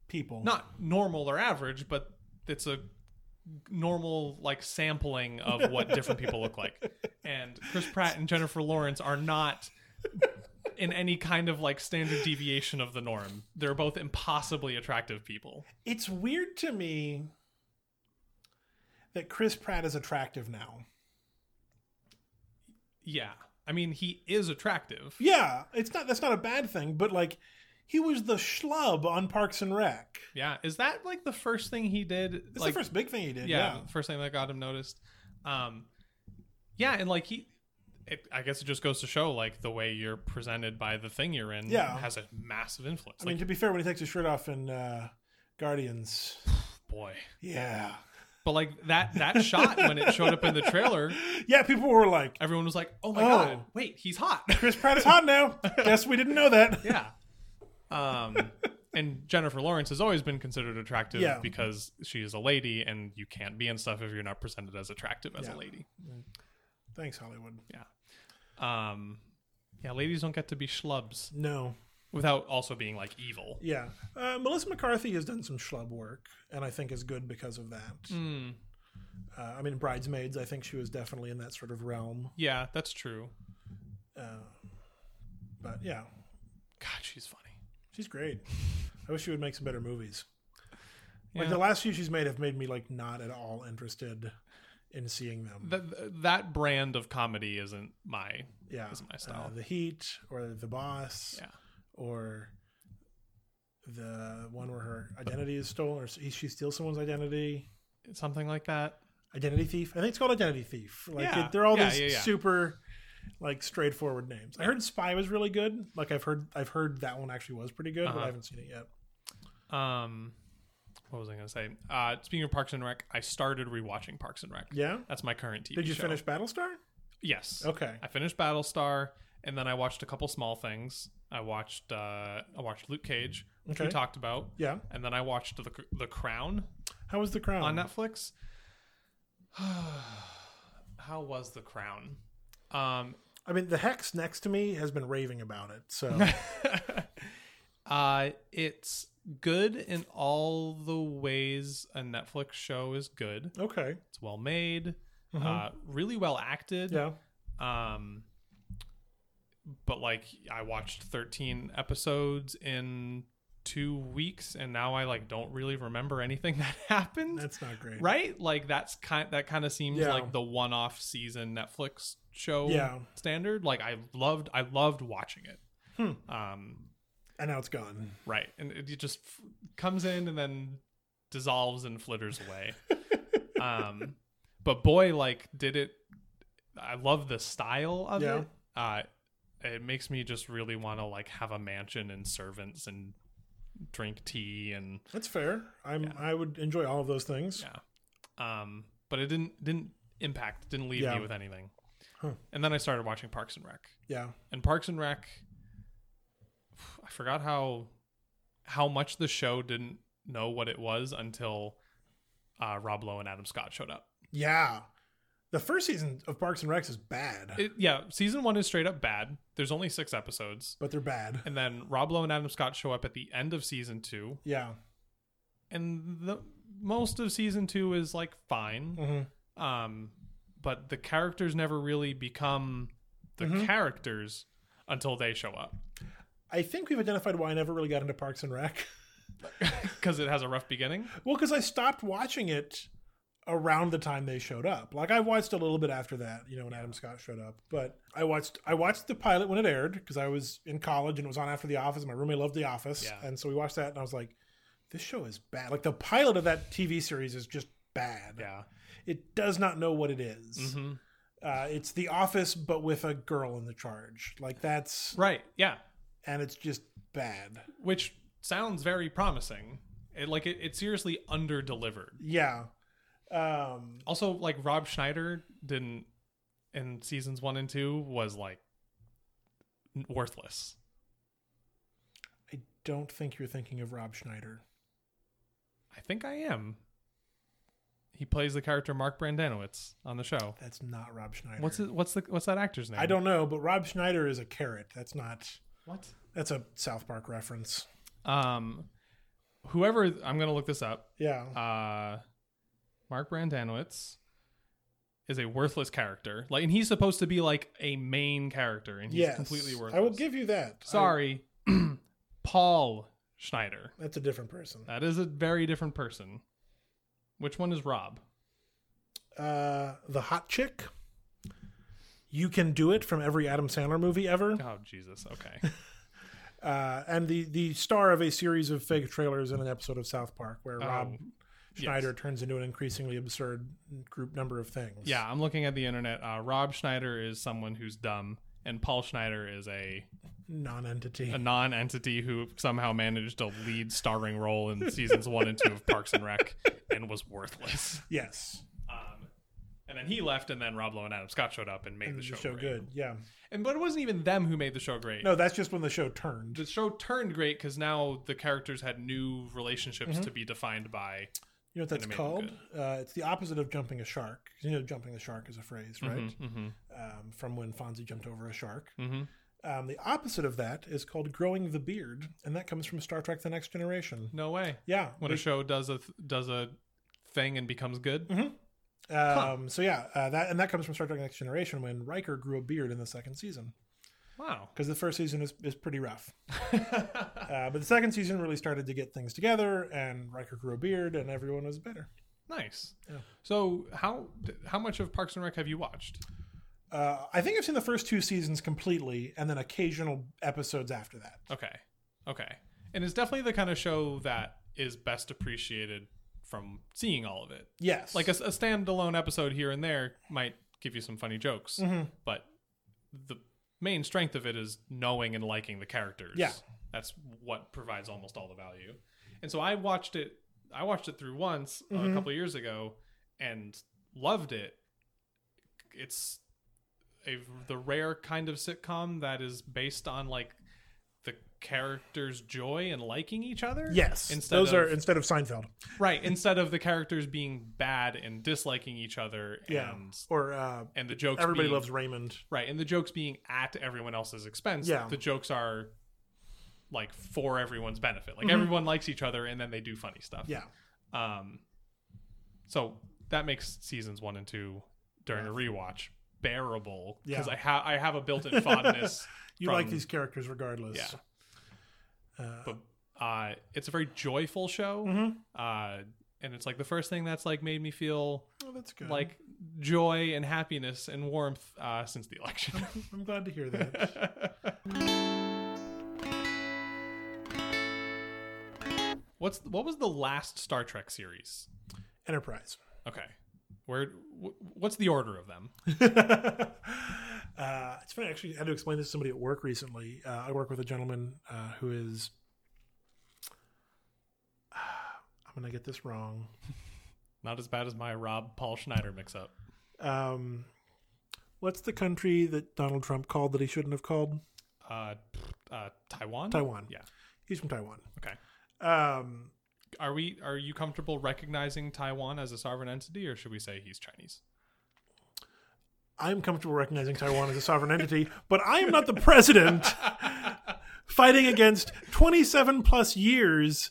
People, not normal or average but it's a normal like sampling of what different people look like and chris pratt and jennifer lawrence are not in any kind of like standard deviation of the norm they're both impossibly attractive people it's weird to me that Chris Pratt is attractive now. yeah i mean he is attractive Yeah, it's not that's not a bad thing, but like he was the schlub on Parks and Rec. yeah is that like the first thing he did It's like the first big thing he did. yeah, Yeah, first thing that got him noticed um yeah and like he it, i guess it just goes to show like the way you're presented by the thing you're in Yeah. has a massive influence I like mean, to be fair, when he takes his shirt off in uh, Guardians, boy yeah, but like that that shot when it showed up in the trailer yeah, people were like, everyone was like oh my Oh. god wait (laughs) he's hot "Chris Pratt is hot (laughs) now." Guess we didn't know that. yeah um and jennifer lawrence has always been considered attractive Yeah. because she is a lady and you can't be in stuff if you're not presented as attractive as Yeah. a lady Thanks, Hollywood. um yeah ladies don't get to be schlubs No. without also being like evil Yeah. Uh, Melissa McCarthy has done some schlub work, and I think is good because of that. Mm, Uh, I mean, Bridesmaids, I think she was definitely in that sort of realm. yeah, that's true. Uh, but yeah, God, she's funny. she's great. I wish she would make some better movies. Like Yeah. the last few she's made have made me like not at all interested in seeing them. That that brand of comedy isn't my yeah, that's my Uh, style. the Heat or The Boss Yeah. or the one where her identity is stolen or she she steals someone's identity. something like that. Identity Thief. I think it's called Identity Thief. Like Yeah. it, they're all Yeah, these yeah, yeah. super like straightforward names. I heard Spy was really good. Like I've heard I've heard that one actually was pretty good, but Uh-huh. I haven't seen it yet. Um, what was I gonna say? Uh, speaking of Parks and Rec, I started rewatching Parks and Rec. Yeah. That's my current TV. Did you show. finish Battlestar? Yes. Okay. I finished Battlestar, and then I watched a couple small things. I watched uh, I watched Luke Cage, which we Okay. talked about, Yeah. and then I watched the Cr- the Crown How was the crown? on Netflix. (sighs) How was the Crown? Um, (laughs) I mean the hex next to me has been raving about it. So uh, it's good in all the ways a Netflix show is good. Okay. It's well made, uh, really well acted. Yeah. Um, but like I watched 13 episodes in two weeks, and now I like don't really remember anything (laughs) that happened. That's not great. right like that's kind that kind of seems Yeah. like the one-off season netflix show Yeah. standard like i loved i loved watching it Hmm. um And now it's gone. right and it, it just f- comes in and then dissolves and flitters (laughs) away um but boy like did it i love the style of Yeah. it uh it makes me just really want to like have a mansion and servants and drink tea and That's fair. I'm I would enjoy all of those things. Yeah. Um, but it didn't didn't impact, didn't leave Yeah. me with anything. Huh. And then I started watching Parks and Rec. Yeah. And Parks and Rec (sighs) I forgot how how much the show didn't know what it was until uh, Rob Lowe and Adam Scott showed up. Yeah. The first season of Parks and Recs is bad. It, yeah, season one is straight up bad. There's only six episodes. but they're bad. And then Rob Lowe and Adam Scott show up at the end of season two. Yeah. And the most of season two is like fine. Mm-hmm. um but the characters never really become the Mm-hmm. characters until they show up I think we've identified why I never really got into Parks and Rec. (laughs) because it has a rough beginning. Well, because I stopped watching it around the time they showed up. Like I watched a little bit after that, you know, when Adam Scott showed up. But I watched I watched the pilot when it aired because I was in college and it was on after The Office. My roommate loved The Office, Yeah. and so we watched that, and I was like, "This show is bad." Like the pilot of that TV series is just bad. Yeah. It does not know what it is. hmm Uh, it's The Office, but with a girl in the charge. Like that's Right. Yeah. and it's just bad. Which sounds very promising. It like it, it seriously under delivered. Yeah. Um, Also, like Rob Schneider didn't in seasons one and two was like n- worthless. I don't think you're thinking of Rob Schneider. I think I am. He plays the character Mark Brandanowitz on the show. That's not Rob Schneider. What's it, what's the what's that actor's name? I don't know, but Rob Schneider is a carrot. That's not. what. That's a South Park reference. Um, whoever I'm gonna look this up. Yeah. uh, Mark Brandanowitz is a worthless character. Like, and he's supposed to be like a main character, and he's yes. completely worthless. I will give you that. I- Sorry, (clears throat) Paul Schneider. that's a different person. That is a very different person. Which one is Rob? Uh, the hot chick. You can do it from every Adam Sandler movie ever, Oh Jesus. (laughs) Okay. uh, and the the star of a series of fake trailers in an episode of South Park, where Rob Oh, Schneider turns into an increasingly absurd group number of things. yeah, I'm looking at the internet. Uh, Rob Schneider is someone who's dumb, and Paul Schneider is a non-entity. a non-entity who somehow managed a lead starring role in seasons one and two of Parks and Rec and was worthless. yes, Um, and then he left, and then Rob Lowe and Adam Scott showed up and made and the show, great. good. Yeah. And but it wasn't even them who made the show great. No, that's just when the show turned. The show turned great because now the characters had new relationships Mm-hmm. to be defined by. You know what that's Animated called? Uh, it's the opposite of jumping a shark. 'Cause You know, jumping the shark is a phrase, right? Mm-hmm. Um, from when Fonzie jumped over a shark. Mhm. Um, the opposite of that is called growing the beard, and that comes from Star Trek: The Next Generation. No way. Yeah. When a show does a th- does a thing and becomes good. um, So yeah, uh, that and that comes from Star Trek: The Next Generation when Riker grew a beard in the second season Wow. because the first season is, is pretty (laughs) rough, uh, but the second season really started to get things together, and Riker grew a beard, and everyone was better. Nice. Yeah. So how d- how much of Parks and Rec have you watched? Uh, I think I've seen the first two seasons completely, and then occasional episodes after that. Okay. Okay. And it's definitely the kind of show that is best appreciated from seeing all of it. Yes, like a, a standalone episode here and there might give you some funny jokes, Mm-hmm. but the main strength of it is knowing and liking the characters. Yeah. that's what provides almost all the value. And so I watched it. I watched it through once uh, Mm-hmm. a couple of years ago and loved it. It's a the rare kind of sitcom that is based on like the characters' joy and liking each other. Yes, instead those of, are instead of Seinfeld. right instead of the characters being bad and disliking each other Yeah, and or uh, and the jokes everybody being, loves Raymond. right and the jokes being at everyone else's expense Yeah. the jokes are like for everyone's benefit like everyone likes each other and then they do funny stuff Mm-hmm. Yeah, um so that makes seasons 1 and 2 during a rewatch bearable because Yeah. I have I have a built-in (laughs) fondness you from- like these characters regardless. yeah Uh, but uh, it's a very joyful show Mm-hmm. uh, and it's like the first thing that's like made me feel oh, that's good. like joy and happiness and warmth uh, since the election. (laughs) (laughs) I'm glad to hear that. What's what was the last Star Trek series? Enterprise. Okay, where wh- what's the order of them? (laughs) Uh, it's funny. I Actually, had to explain this to somebody at work recently. Uh, I work with a gentleman uh, who is. (sighs) I'm gonna get this wrong. Not as bad as my Rob Paul Schneider mix up. Um, what's the country that Donald Trump called that he shouldn't have called? Uh, uh, Taiwan. Taiwan. Yeah. He's from Taiwan. Okay. Um, Are we? Are you comfortable recognizing Taiwan as a sovereign entity, or should we say he's Chinese? I'm comfortable recognizing Taiwan as a sovereign entity, but I am not the president fighting against 27 plus years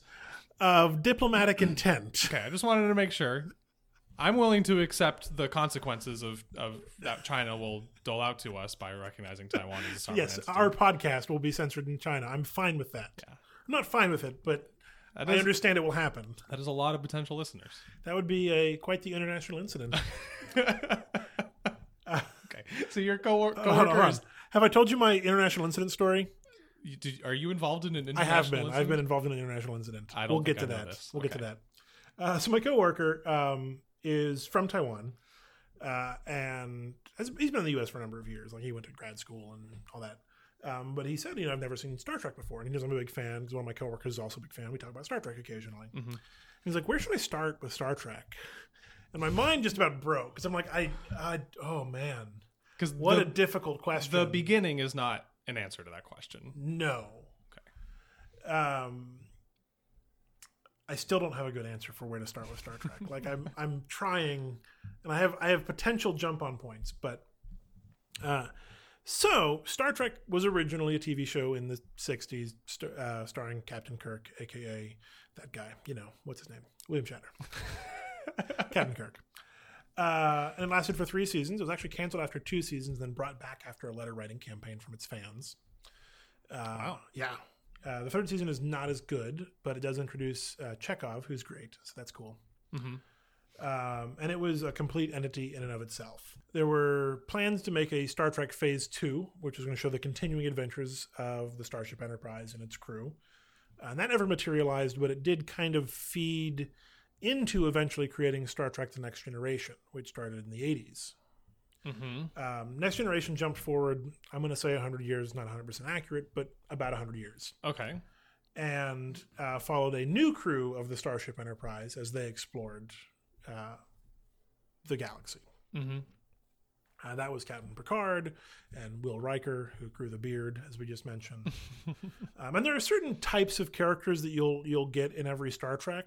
of diplomatic intent. Okay, I just wanted to make sure. I'm willing to accept the consequences of, of that China will dole out to us by recognizing Taiwan as a sovereign yes, entity. our podcast will be censored in China. I'm fine with that. I'm not fine with it, but That I is- understand it will happen. that is a lot of potential listeners. That would be a quite the international incident. Okay, so your co- Oh, hold on, hold on. coworkers, Have I told you my international incident story? you, did, are you involved in an I international? have been. I've been incident? involved in an international incident. I don't we'll get to think I know that. this. We'll get to Okay. that. Uh, so my coworker um, is from Taiwan, uh, and has, he's been in the U.S. for a number of years. Like he went to grad school and all that. Um, but he said, you know, I've never seen Star Trek before, and he knows I'm a big fan because one of my coworkers is also a big fan. We talk about Star Trek occasionally. Mm-hmm. He's like, where should I start with Star Trek? And my mind just about broke because I'm like, I, I, oh man, Because what a the, difficult question. the beginning is not an answer to that question. No. Okay. Um, I still don't have a good answer for where to start with Star Trek. like I'm, I'm trying, and I have, I have potential jump on points, but, uh, so Star Trek was originally a TV show in the '60s, st- uh, starring Captain Kirk, aka that guy. You know what's his name? William Shatner. Captain Kirk. Uh, and it lasted for three seasons. It was actually canceled after two seasons, then brought back after a letter writing campaign from its fans. wow. Yeah. Uh, the third season is not as good, but it does introduce uh, Chekhov, who's great. So that's cool. Um, and it was a complete entity in and of itself. There were plans to make a Star Trek Phase 2, which was going to show the continuing adventures of the Starship Enterprise and its crew. And that never materialized, but it did kind of feed into eventually creating Star Trek The Next Generation, which started in the 80s. Mm-hmm. Um, Next Generation jumped forward, I'm going to say 100 years, not 100% accurate, but about 100 years Okay. and uh, followed a new crew of the Starship Enterprise as they explored uh, the galaxy. Mm-hmm. Uh, that was Captain Picard and Will Riker, who grew the beard, as we just mentioned. um, and there are certain types of characters that you'll you'll get in every Star Trek.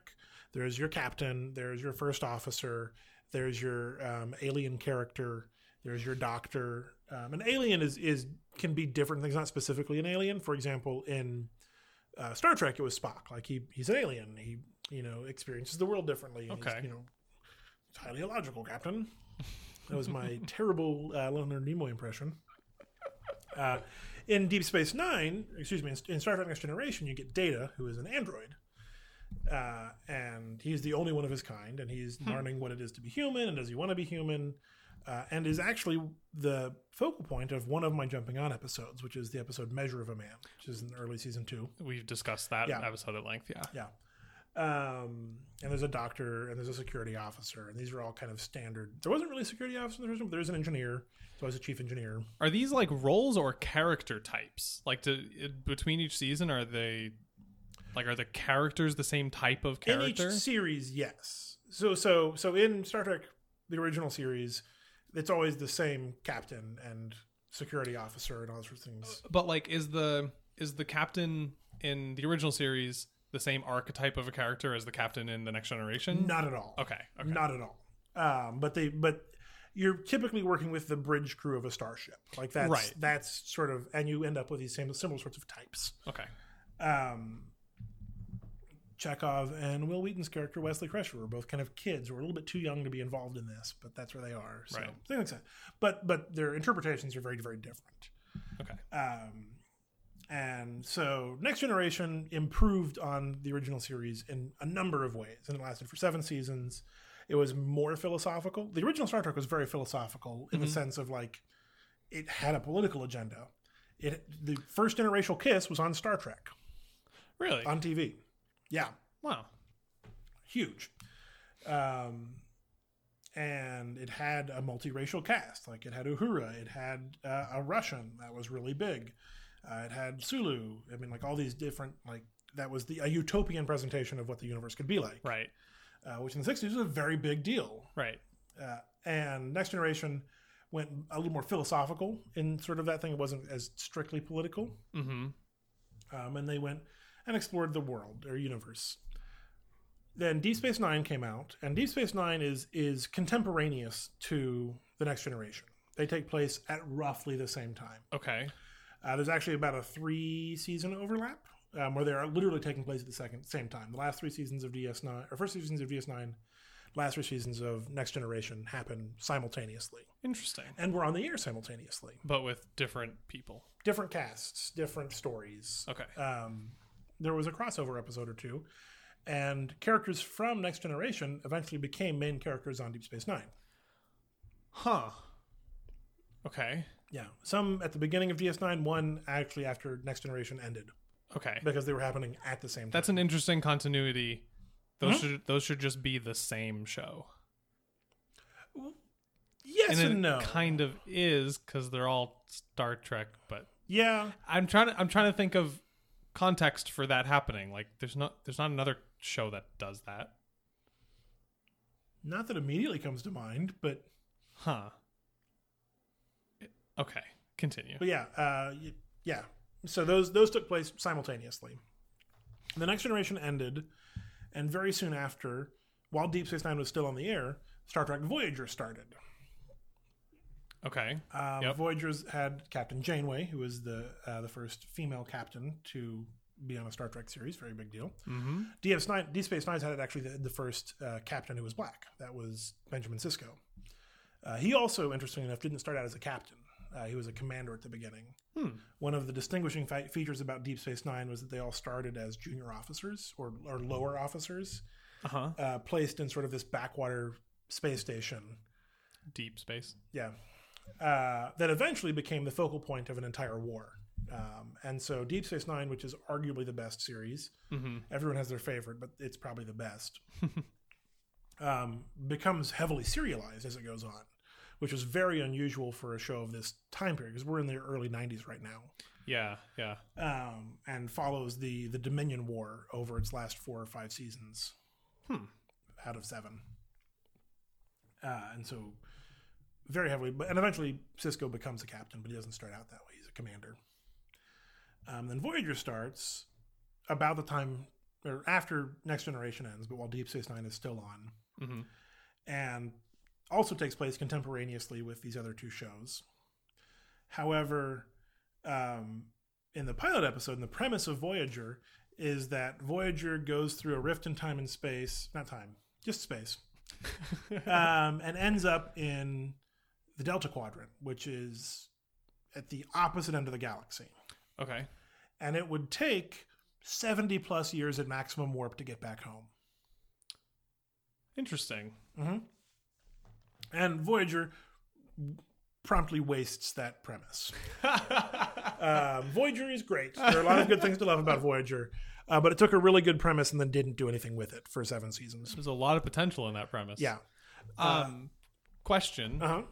There's your captain. There's your first officer. There's your um, alien character. There's your doctor. Um, an alien is is can be different things. Not specifically an alien. For example, in uh, Star Trek, it was Spock. Like he he's an alien. He you know experiences the world differently. and he's, Okay. you know, it's highly illogical, Captain. That was my terrible uh, Leonard Nimoy impression. Uh, in Deep Space Nine, excuse me, in, in Star Trek Next Generation, you get Data, who is an android. Uh, and he's the only one of his kind, and he's learning what it is to be human, and does he want to be human, uh, and is actually the focal point of one of my Jumping On episodes, which is the episode Measure of a Man, which is in early season two. We've discussed that Yeah. episode at length. Yeah. Yeah. Um, and there's a doctor and there's a security officer, and these are all kind of standard. There wasn't really a security officer in the first one, but there's an engineer. So I was a chief engineer. Are these like roles or character types? Like to, it, between each season, are they like are the characters the same type of character? In each series, yes. So so so in Star Trek, the original series, it's always the same captain and security officer and all those sorts of things. but like, is the is the captain in the original series the same archetype of a character as the captain in the Next Generation? Not at all. Okay. Okay. Not at all. Um, but they but you're typically working with the bridge crew of a starship. Like that's Right. that's sort of and you end up with these same similar sorts of types. Okay. um, Chekhov and Will Wheaton's character Wesley Crusher were both kind of kids who were a little bit too young to be involved in this, but that's where they are. So Right. things like that. But but their interpretations are very very different. Okay. Um, and so Next Generation improved on the original series in a number of ways, and it lasted for seven seasons. It was more philosophical. The original Star Trek was very philosophical in the Mm-hmm. sense of like it had a political agenda. It the first interracial kiss was on Star Trek Really? on TV. Yeah, wow. huge. Um, and it had a multiracial cast. Like it had Uhura, it had uh, a Russian that was really big. Uh, it had Sulu. I mean, like all these different like that was the a utopian presentation of what the universe could be like, Right. uh, which in the '60s was a very big deal. Right. Uh, and Next Generation went a little more philosophical in sort of that thing. It wasn't as strictly political Mm-hmm. um, and they went and explored the world or universe. Then Deep Space Nine came out, and Deep Space Nine is is contemporaneous to the Next Generation. They take place at roughly the same time. Okay. Uh, there's actually about a three season overlap um, where they are literally taking place at the second same time. The last three seasons of DS Nine or first seasons of DS Nine last three seasons of Next Generation happen simultaneously, Interesting. and we're on the air simultaneously. But with different people. Different casts, different stories. Okay. Um, there was a crossover episode or two, and characters from Next Generation eventually became main characters on Deep Space Nine. Huh. Okay. Yeah, some at the beginning of DS9, one actually after Next Generation ended Okay. because they were happening at the same time. That's an interesting continuity. Those Hmm? should those should just be the same show. yes and and, it no. kind of is because they're all Star Trek, but yeah, I'm trying to I'm trying to think of context for that happening. Like there's not there's not another show that does that. not that immediately comes to mind, but Huh. Okay. Continue. But yeah, uh, y- yeah. So those those took place simultaneously. The Next Generation ended, and very soon after, while Deep Space Nine was still on the air, Star Trek Voyager started. Okay. Um, Yep. Voyager's had Captain Janeway, who was the uh, the first female captain to be on a Star Trek series. Very big deal. Mm-hmm. DS Nine, Deep Space Nine had actually the, the first uh, captain who was black. That was Benjamin Sisko. Uh, he also, interestingly enough, didn't start out as a captain. Uh, he was a commander at the beginning. Hmm. One of the distinguishing fe- features about Deep Space Nine was that they all started as junior officers or, or lower officers, Uh huh. uh, placed in sort of this backwater space station. Deep space. Yeah. Uh, that eventually became the focal point of an entire war. Um, and so Deep Space Nine, which is arguably the best series, Mm-hmm. everyone has their favorite, but it's probably the best. um, becomes heavily serialized as it goes on, which is very unusual for a show of this time period because we're in the early '90s right now, Yeah. Yeah. um, and follows the the Dominion War over its last four or five seasons, Hmm. out of seven, uh, and so very heavily. But and eventually Cisco becomes a captain, but he doesn't start out that way. He's a commander. Um, then Voyager starts about the time or after Next Generation ends, but while Deep Space Nine is still on, Mm-hmm. and also takes place contemporaneously with these other two shows. However, um, in the pilot episode, and the premise of Voyager is that Voyager goes through a rift in time and space, not time, just space, um, and ends up in the Delta Quadrant, which is at the opposite end of the galaxy. Okay. And it would take 70 plus years at maximum warp to get back home. Interesting. And Voyager promptly wastes that premise. um, Voyager is great. There are a lot of good things to love about Voyager, uh, but it took a really good premise and then didn't do anything with it for seven seasons. There's a lot of potential in that premise. Yeah. Um, question: Uh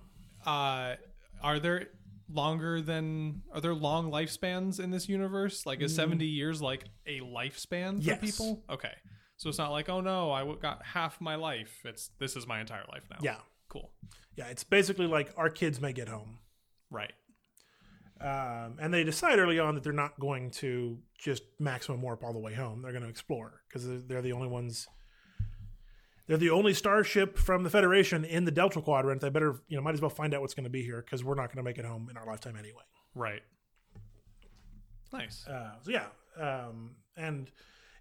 huh. uh, Are there longer than are there long lifespans in this universe? Like, is seventy years like a lifespan for Mm. Yes. people? Okay, so it's not like oh no, I w- got half my life. It's this is my entire life now. Yeah. cool. Yeah. It's basically like our kids may get home. Right. Um, and they decide early on that they're not going to just maximum warp all the way home. They're going to explore because they're, they're the only ones. They're the only starship from the Federation in the Delta Quadrant. They better, you know, might as well find out what's going to be here because we're not going to make it home in our lifetime anyway. Right. Nice. Uh, so yeah, um, and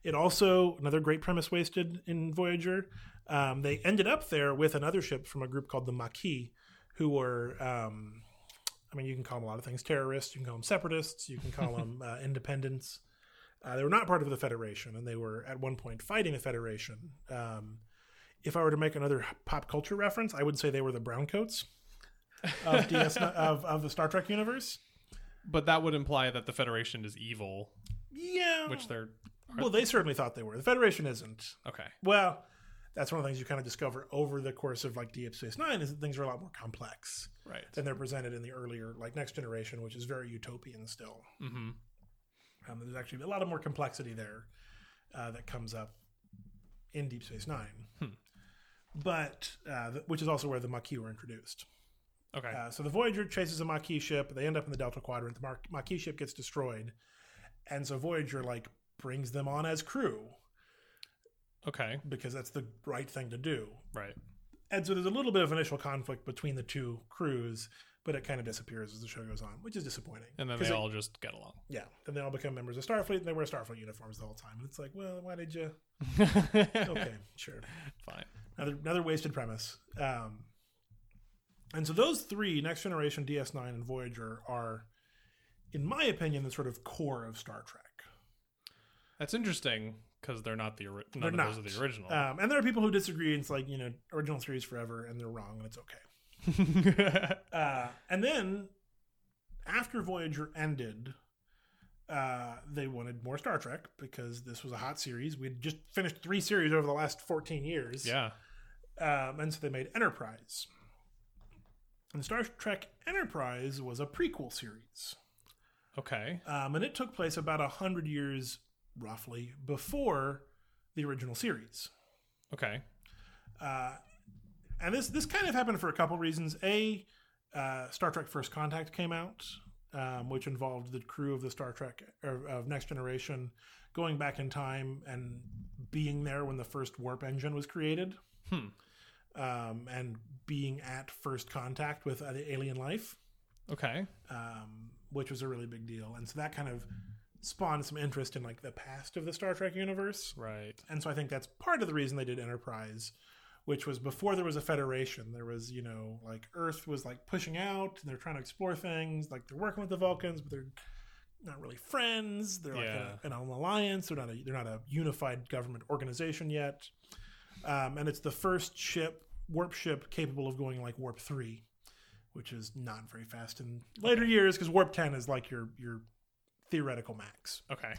it also another great premise wasted in Voyager. Um, they ended up there with another ship from a group called the Maquis, who were, um, I mean, you can call them a lot of things: terrorists, you can call them separatists, you can call them uh, independents. Uh, they were not part of the Federation, and they were at one point fighting the Federation. Um, if I were to make another pop culture reference, I would say they were the browncoats of DS of, of the Star Trek universe. but that would imply that the Federation is evil, Yeah, which they're Well, they certainly thought they were. The Federation isn't. okay. Well, that's one of the things you kind of discover over the course of like Deep Space Nine is that things are a lot more complex Right. than they're presented in the earlier like Next Generation, which is very utopian still. Mm-hmm. Um, there's actually a lot of more complexity there uh, that comes up in Deep Space Nine, but uh, th- which is also where the Maquis were introduced. Okay. Uh, so the Voyager chases a Maquis ship. They end up in the Delta Quadrant. The Mar- Maquis ship gets destroyed, and so Voyager like brings them on as crew. okay. because that's the right thing to do. Right. And so there's a little bit of initial conflict between the two crews, but it kind of disappears as the show goes on, which is disappointing. and then 'Cause they it- all just get along. yeah, then they all become members of Starfleet, and they wear Starfleet uniforms the whole time. And it's like, well, why did you? (laughs) (laughs) Okay, sure. Fine. Another another wasted premise. Um, and so those three, Next Generation, DS9, and Voyager, are, in my opinion, the sort of core of Star Trek. That's interesting because they're not the ori- none They're of not. those are the original. Um, and there are people who disagree. And it's like you know, original series forever, and they're wrong, and it's okay. Uh, and then after Voyager ended, uh, they wanted more Star Trek because this was a hot series. We had just finished three series over the last 14 (laughs) years. yeah. Um, and so they made Enterprise. And Star Trek Enterprise was a prequel series. Okay. Um, and it took place about 100 years, roughly, before the original series. Okay. Uh, and this this kind of happened for a couple reasons. A, uh, Star Trek: First Contact came out, um, which involved the crew of the Star Trek or, of Next Generation going back in time and being there when the first warp engine was created, Hmm. um, and being at first contact with uh, alien life, Okay. um, which was a really big deal. And so that kind of spawned some interest in like the past of the Star Trek universe. Right. And so I think that's part of the reason they did Enterprise, which was before there was a Federation. There was, you know, like Earth was like pushing out and they're trying to explore things. Like they're working with the Vulcans, but they're not really friends. They're like Yeah. a, an alliance. They're not a they're not a unified government organization yet. Um, and it's the first ship warp ship capable of going like warp three, which is not very fast in later years because warp ten is like your your theoretical max. Okay.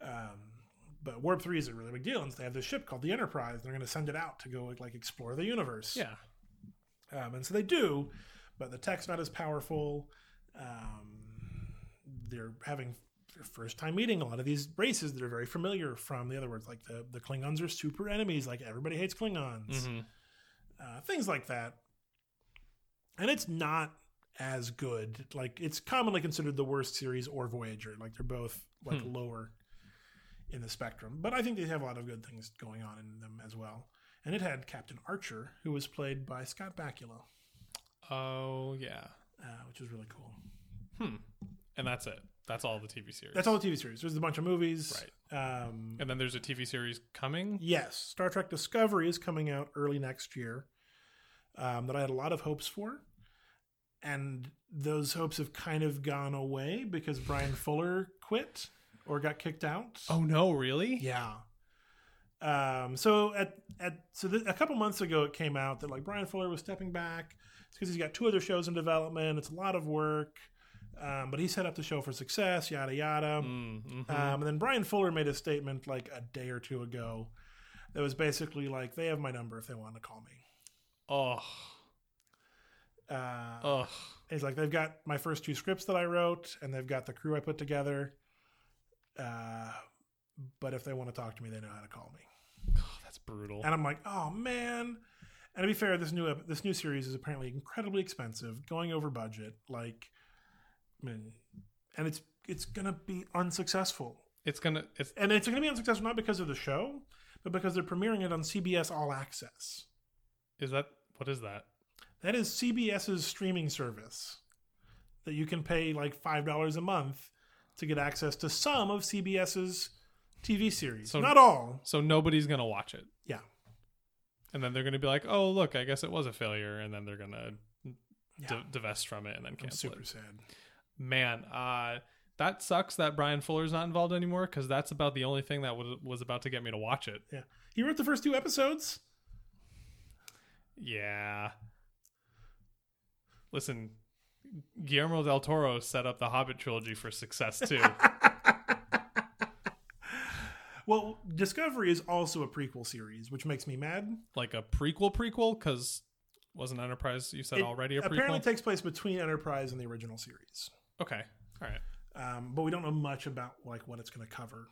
Um, but Warp Three is a really big deal, and so they have this ship called the Enterprise. And they're going to send it out to go like explore the universe. Yeah. um, and so they do, but the tech's not as powerful. Um, they're having their first time meeting a lot of these races that are very familiar from the other words, like the the Klingons are super enemies. Like everybody hates Klingons, hmm uh, things like that. And it's not as good. Like it's commonly considered the worst series or Voyager. Like they're both like Hmm. lower in the spectrum. But I think they have a lot of good things going on in them as well. And it had Captain Archer, who was played by Scott Bakula, Oh yeah. uh, which was really cool. Hmm. And that's it. That's all the TV series. That's all the TV series. There's a bunch of movies. Right. Um, And then there's a TV series coming. yes, Star Trek Discovery is coming out early next year um, that I had a lot of hopes for. And those hopes have kind of gone away because Brian Fuller quit or got kicked out. Oh no, really? Yeah. Um, so at at so th- a couple months ago, it came out that like Brian Fuller was stepping back because he's got two other shows in development. It's a lot of work, um, but he set up the show for success. Yada yada. Mm, mhm. Um, and then Brian Fuller made a statement like a day or two ago that was basically like they have my number if they want to call me. oh. Uh, Oh. He's like, they've got my first two scripts that I wrote, and they've got the crew I put together. Uh, but if they want to talk to me, they know how to call me. That's brutal. And I'm like, oh man. And to be fair, this new ep- this new series is apparently incredibly expensive, going over budget. Like, I mean, and it's it's gonna be unsuccessful. It's gonna. It's and it's going to be unsuccessful not because of the show, but because they're premiering it on CBS All Access. is that. What is that? That is CBS's streaming service that you can pay like five dollars a month to get access to some of CBS's TV series, So- not all. So nobody's gonna watch it. Yeah. And then they're gonna be like, oh look, I guess it was a failure, and then they're gonna Yeah, d- divest from it and then I'm cancel super it. sad. Man, uh, that sucks that Brian Fuller's not involved anymore because that's about the only thing that was was about to get me to watch it. Yeah, he wrote the first two episodes. Yeah. Listen, Guillermo del Toro set up the Hobbit trilogy for success (laughs) too. Well, Discovery is also a prequel series, which makes me mad. like a prequel prequel because wasn't Enterprise you said It already a apparently prequel? takes place between Enterprise and the original series, okay. All right. um, but we don't know much about like what it's going to cover.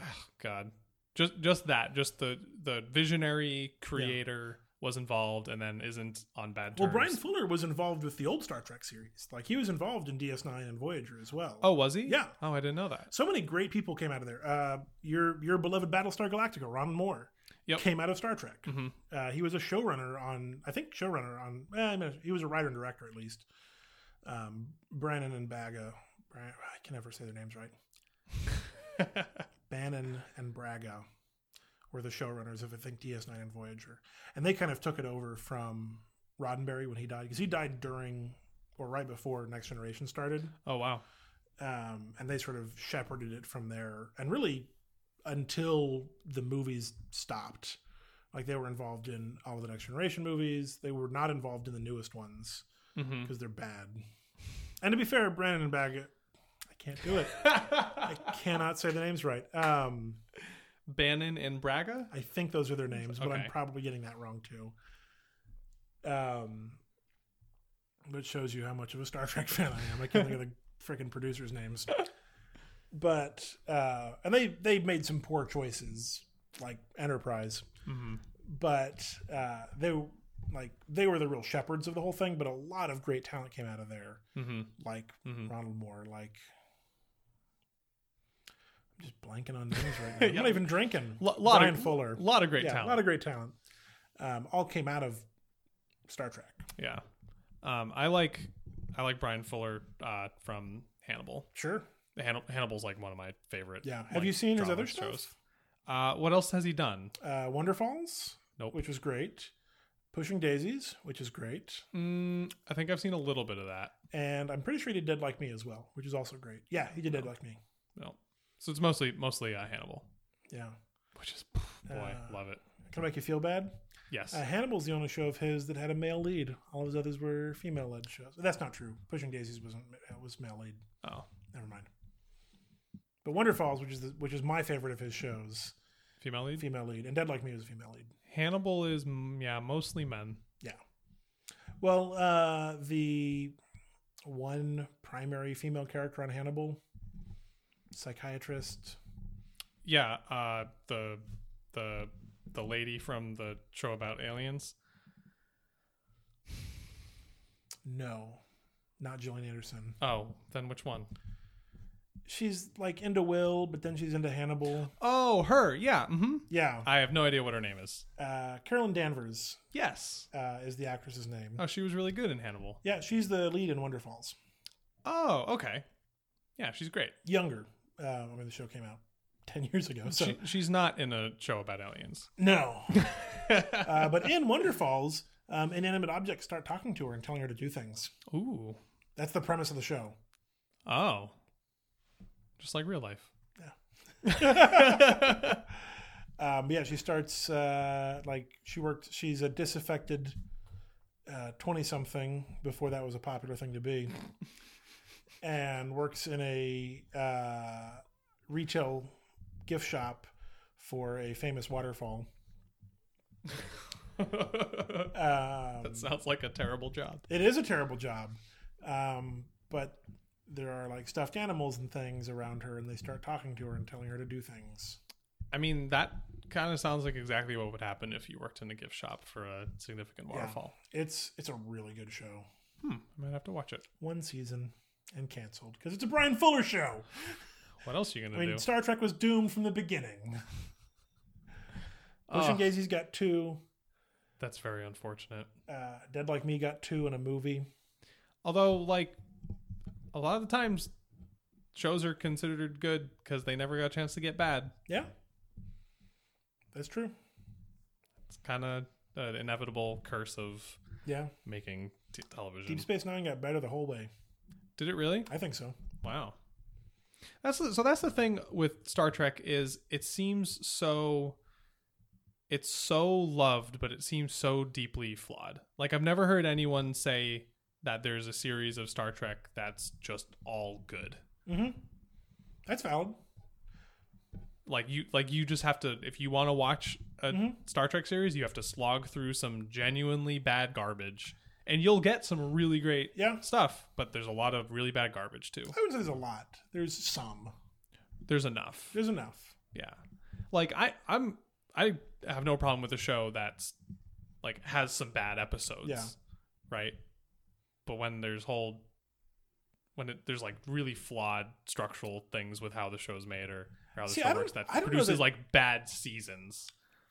Oh, God. Just just that, just the the visionary creator was involved and then isn't on bad terms. Well, Brian Fuller was involved with the old Star Trek series. Like he was involved in DS9 and Voyager as well. Oh, was he? Yeah. Oh, I didn't know that. so many great people came out of there. Uh, your your beloved Battlestar Galactica, Ron Moore. Yep. came out of Star Trek. Mhm. Uh, he was a showrunner on, I think, showrunner on. Eh, I mean, he was a writer and director at least. Um, Brannon and Baga. Bra- I can never say their names right. Bannon and Braga were the showrunners of I think DS9 and Voyager, and they kind of took it over from Roddenberry when he died because he died during or right before Next Generation started, oh wow. um, and they sort of shepherded it from there, and really until the movies stopped. Like they were involved in all of the Next Generation movies, they were not involved in the newest ones hmm because they're bad. And to be fair, Brandon and Baggett, I can't do it. I cannot say the names right. Um, Bannon and Braga. I think those are their names, but Okay. I'm probably getting that wrong too. Um, which shows you how much of a Star (laughs) Trek fan I am. I can't think of the freaking producers' names. But uh, and they they made some poor choices, like Enterprise. Mhm. But uh, they like they were the real shepherds of the whole thing. But a lot of great talent came out of there, hmm like hmm Ronald Moore, like. I'm just blanking on names (laughs) right now. I'm not Yeah. even drinking. Lo- lot Brian of Fuller a lot of great yeah, talent. A lot of great talent. Um, all came out of Star Trek. yeah. Um, I like I like Brian Fuller uh, from Hannibal. Sure. Hann- Hannibal's like one of my favorite. Yeah. Have like, you seen his drama other stuff? Uh, what else has he done? Uh, Wonder Falls, Nope. which was great. Pushing Daisies, which is great. Mm, I think I've seen a little bit of that. And I'm pretty sure he did Dead Like Me as well, which is also great. Yeah, he did Dead Like Me. No. So it's mostly mostly uh, Hannibal, Yeah. which is boy, Uh, love it. Can I make you feel bad? Yes. Uh, Hannibal's the only show of his that had a male lead. All of his others were female led shows. That's not true. Pushing Daisies wasn't uh, was male lead. oh, Never mind. But Wonder Falls, which is the, which is my favorite of his shows, female lead. female lead, and Dead Like Me was female lead. Hannibal is mm, yeah mostly men. Well, uh, the one primary female character on Hannibal, psychiatrist. Yeah. Uh, the the the lady from the show about aliens. No, not Gillian Anderson. Oh, then which one? She's like into Will, but then she's into Hannibal. Oh, her. Yeah. Mm-hmm. Yeah, I have no idea what her name is. uh, Carolyn Danvers Yes. uh, is the actress's name. Oh, she was really good in Hannibal. Yeah, she's the lead in Wonder Falls. Oh, okay. Yeah, she's great. Younger. Uh, I mean, the show came out ten years ago. So she, she's not in a show about aliens. no, uh, but in Wonder Falls, um, inanimate objects start talking to her and telling her to do things. Ooh. That's the premise of the show. Oh. Just like real (laughs) life. (laughs) um, yeah, she starts uh, like she worked. She's a disaffected twenty something before that was a popular thing to be, and works in a uh, retail gift shop for a famous waterfall. that Um, sounds like a terrible job. it is a terrible job, um, but there are like stuffed animals and things around her, and they start talking to her and telling her to do things. I mean, that kind of sounds like exactly what would happen if you worked in a gift shop for a significant waterfall. It's it's a really good show. Hmm. I might have to watch it. one season and canceled because it's a Brian Fuller show. What else are you I going to mean, do? Star Trek was doomed from the (laughs) beginning. Ocean Ugh, Daisy's got two. that's very unfortunate. Uh, Dead Like Me got two in a movie. Although, like, a lot of the times shows are considered good because they never got a chance to get bad. Yeah, that's true. It's kind of an inevitable curse of Yeah, making t- television. Deep Space Nine got better the whole way. Did it really? I think so. Wow. That's the, so that's the thing with Star Trek is it seems so it's so loved but it seems so deeply flawed. Like I've never heard anyone say that there's a series of Star Trek that's just all good. hmm That's valid. Like you like you just have to if you want to watch a Mhm. Star Trek series, you have to slog through some genuinely bad garbage and you'll get some really great Yeah, stuff, but there's a lot of really bad garbage too. I wouldn't say there's a lot. There's some. There's enough. There's enough. Yeah. Like I I'm I have no problem with a show that's like has some bad episodes. Yeah. Right? But when there's whole when it, there's like really flawed structural things with how the show's made or, or how the See, I show don't- works that I don't know produces that- like bad seasons.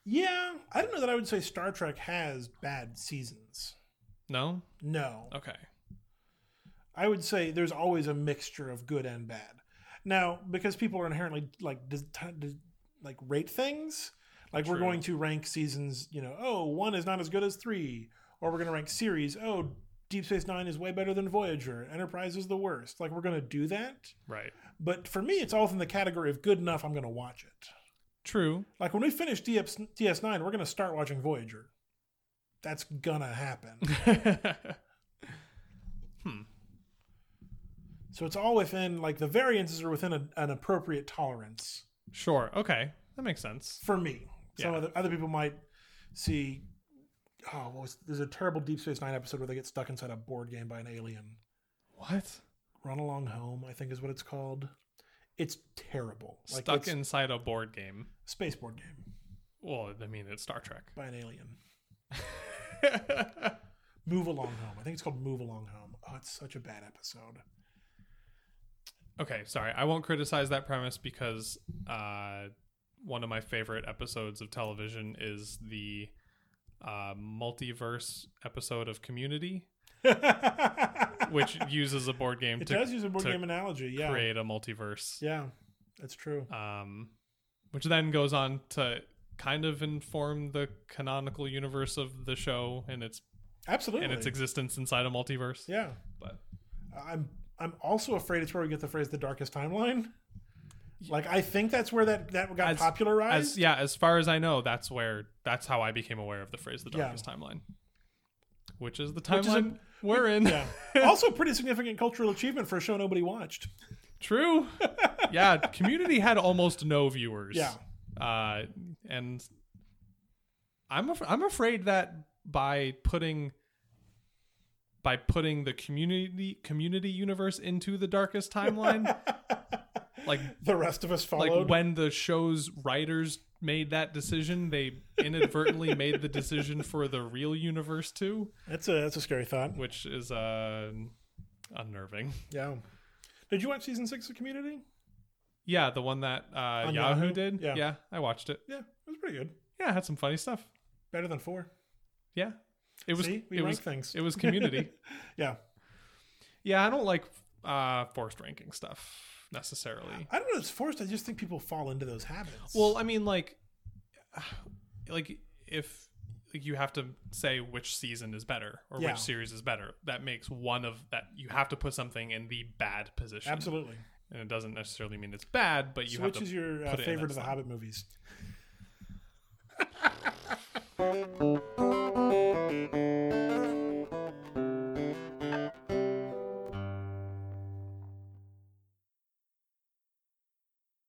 Yeah, I don't know that I would say Star Trek has bad seasons. No? No. Okay. I would say there's always a mixture of good and bad. Now, because people are inherently like dis- t- dis- like rate things, like we're True. going to rank seasons, you know, oh, one is not as good as three, or we're going to rank series, oh, Deep Space Nine is way better than Voyager, Enterprise is the worst. Like we're going to do that, Right. but for me, it's all within the category of good enough. I'm going to watch it. (laughs) True. Like when we finish DS- DS9, we're going to start watching Voyager. That's gonna happen. hmm. so it's all within like the variances are within a, an appropriate tolerance. Sure. Okay. That makes sense. for me. Some Yeah. other other people might see. Oh, what was, there's a terrible Deep Space Nine episode where they get stuck inside a board game by an alien. What? Run Along Home, I think, is what it's called. It's terrible. Stuck it's inside a board game. space board game Well, I mean, it's Star Trek. by an (laughs) alien. Move Along Home. I think it's called Move Along Home. Oh, it's such a bad (laughs) episode. okay. Sorry. I won't criticize that premise because uh, one of my favorite episodes of television is the uh, multiverse episode of Community, (laughs) which uses a board game it to does use a board to game analogy. Yeah, create a multiverse. yeah, that's true. um, which then goes on to kind of inform the canonical universe of the show and its Absolutely. and its existence inside a multiverse. yeah. But I'm I'm also afraid it's where we get the phrase the darkest timeline. Like I think that's where that that got As- popularized. as yeah, as far as I know, that's where that's how I became aware of the phrase "the Yeah. darkest timeline," which is the Which is a- timeline we're in. yeah. also pretty significant cultural achievement for a show nobody watched. (laughs) True. yeah, Community had almost no viewers. Yeah. uh, and I'm af- I'm afraid that by putting by putting the community community universe into the darkest (laughs) timeline, like The rest of us like followed. when the show's writers made that decision, they inadvertently made the decision for the real universe too, that's a that's a scary thought. which is uh, unnerving. Yeah. Did you watch season six of Community? Yeah, the one that uh, Yahoo, On Yahoo? did. Yeah. yeah, I watched it. Yeah, it was pretty good. Yeah, it had some funny stuff. Better than four. Yeah. It was See, we it rank was things. it was community. (laughs) yeah, yeah, I don't like uh forced ranking stuff necessarily. I don't know. It's forced. I just think people fall into those habits. Well, I mean like (sighs) like if like you have to say which season is better or Yeah. which series is better, that makes one of that you have to put something in the bad position. absolutely. And it doesn't necessarily mean it's bad, but you So have which to is your uh, put it in favorite that of the slot. Hobbit movies?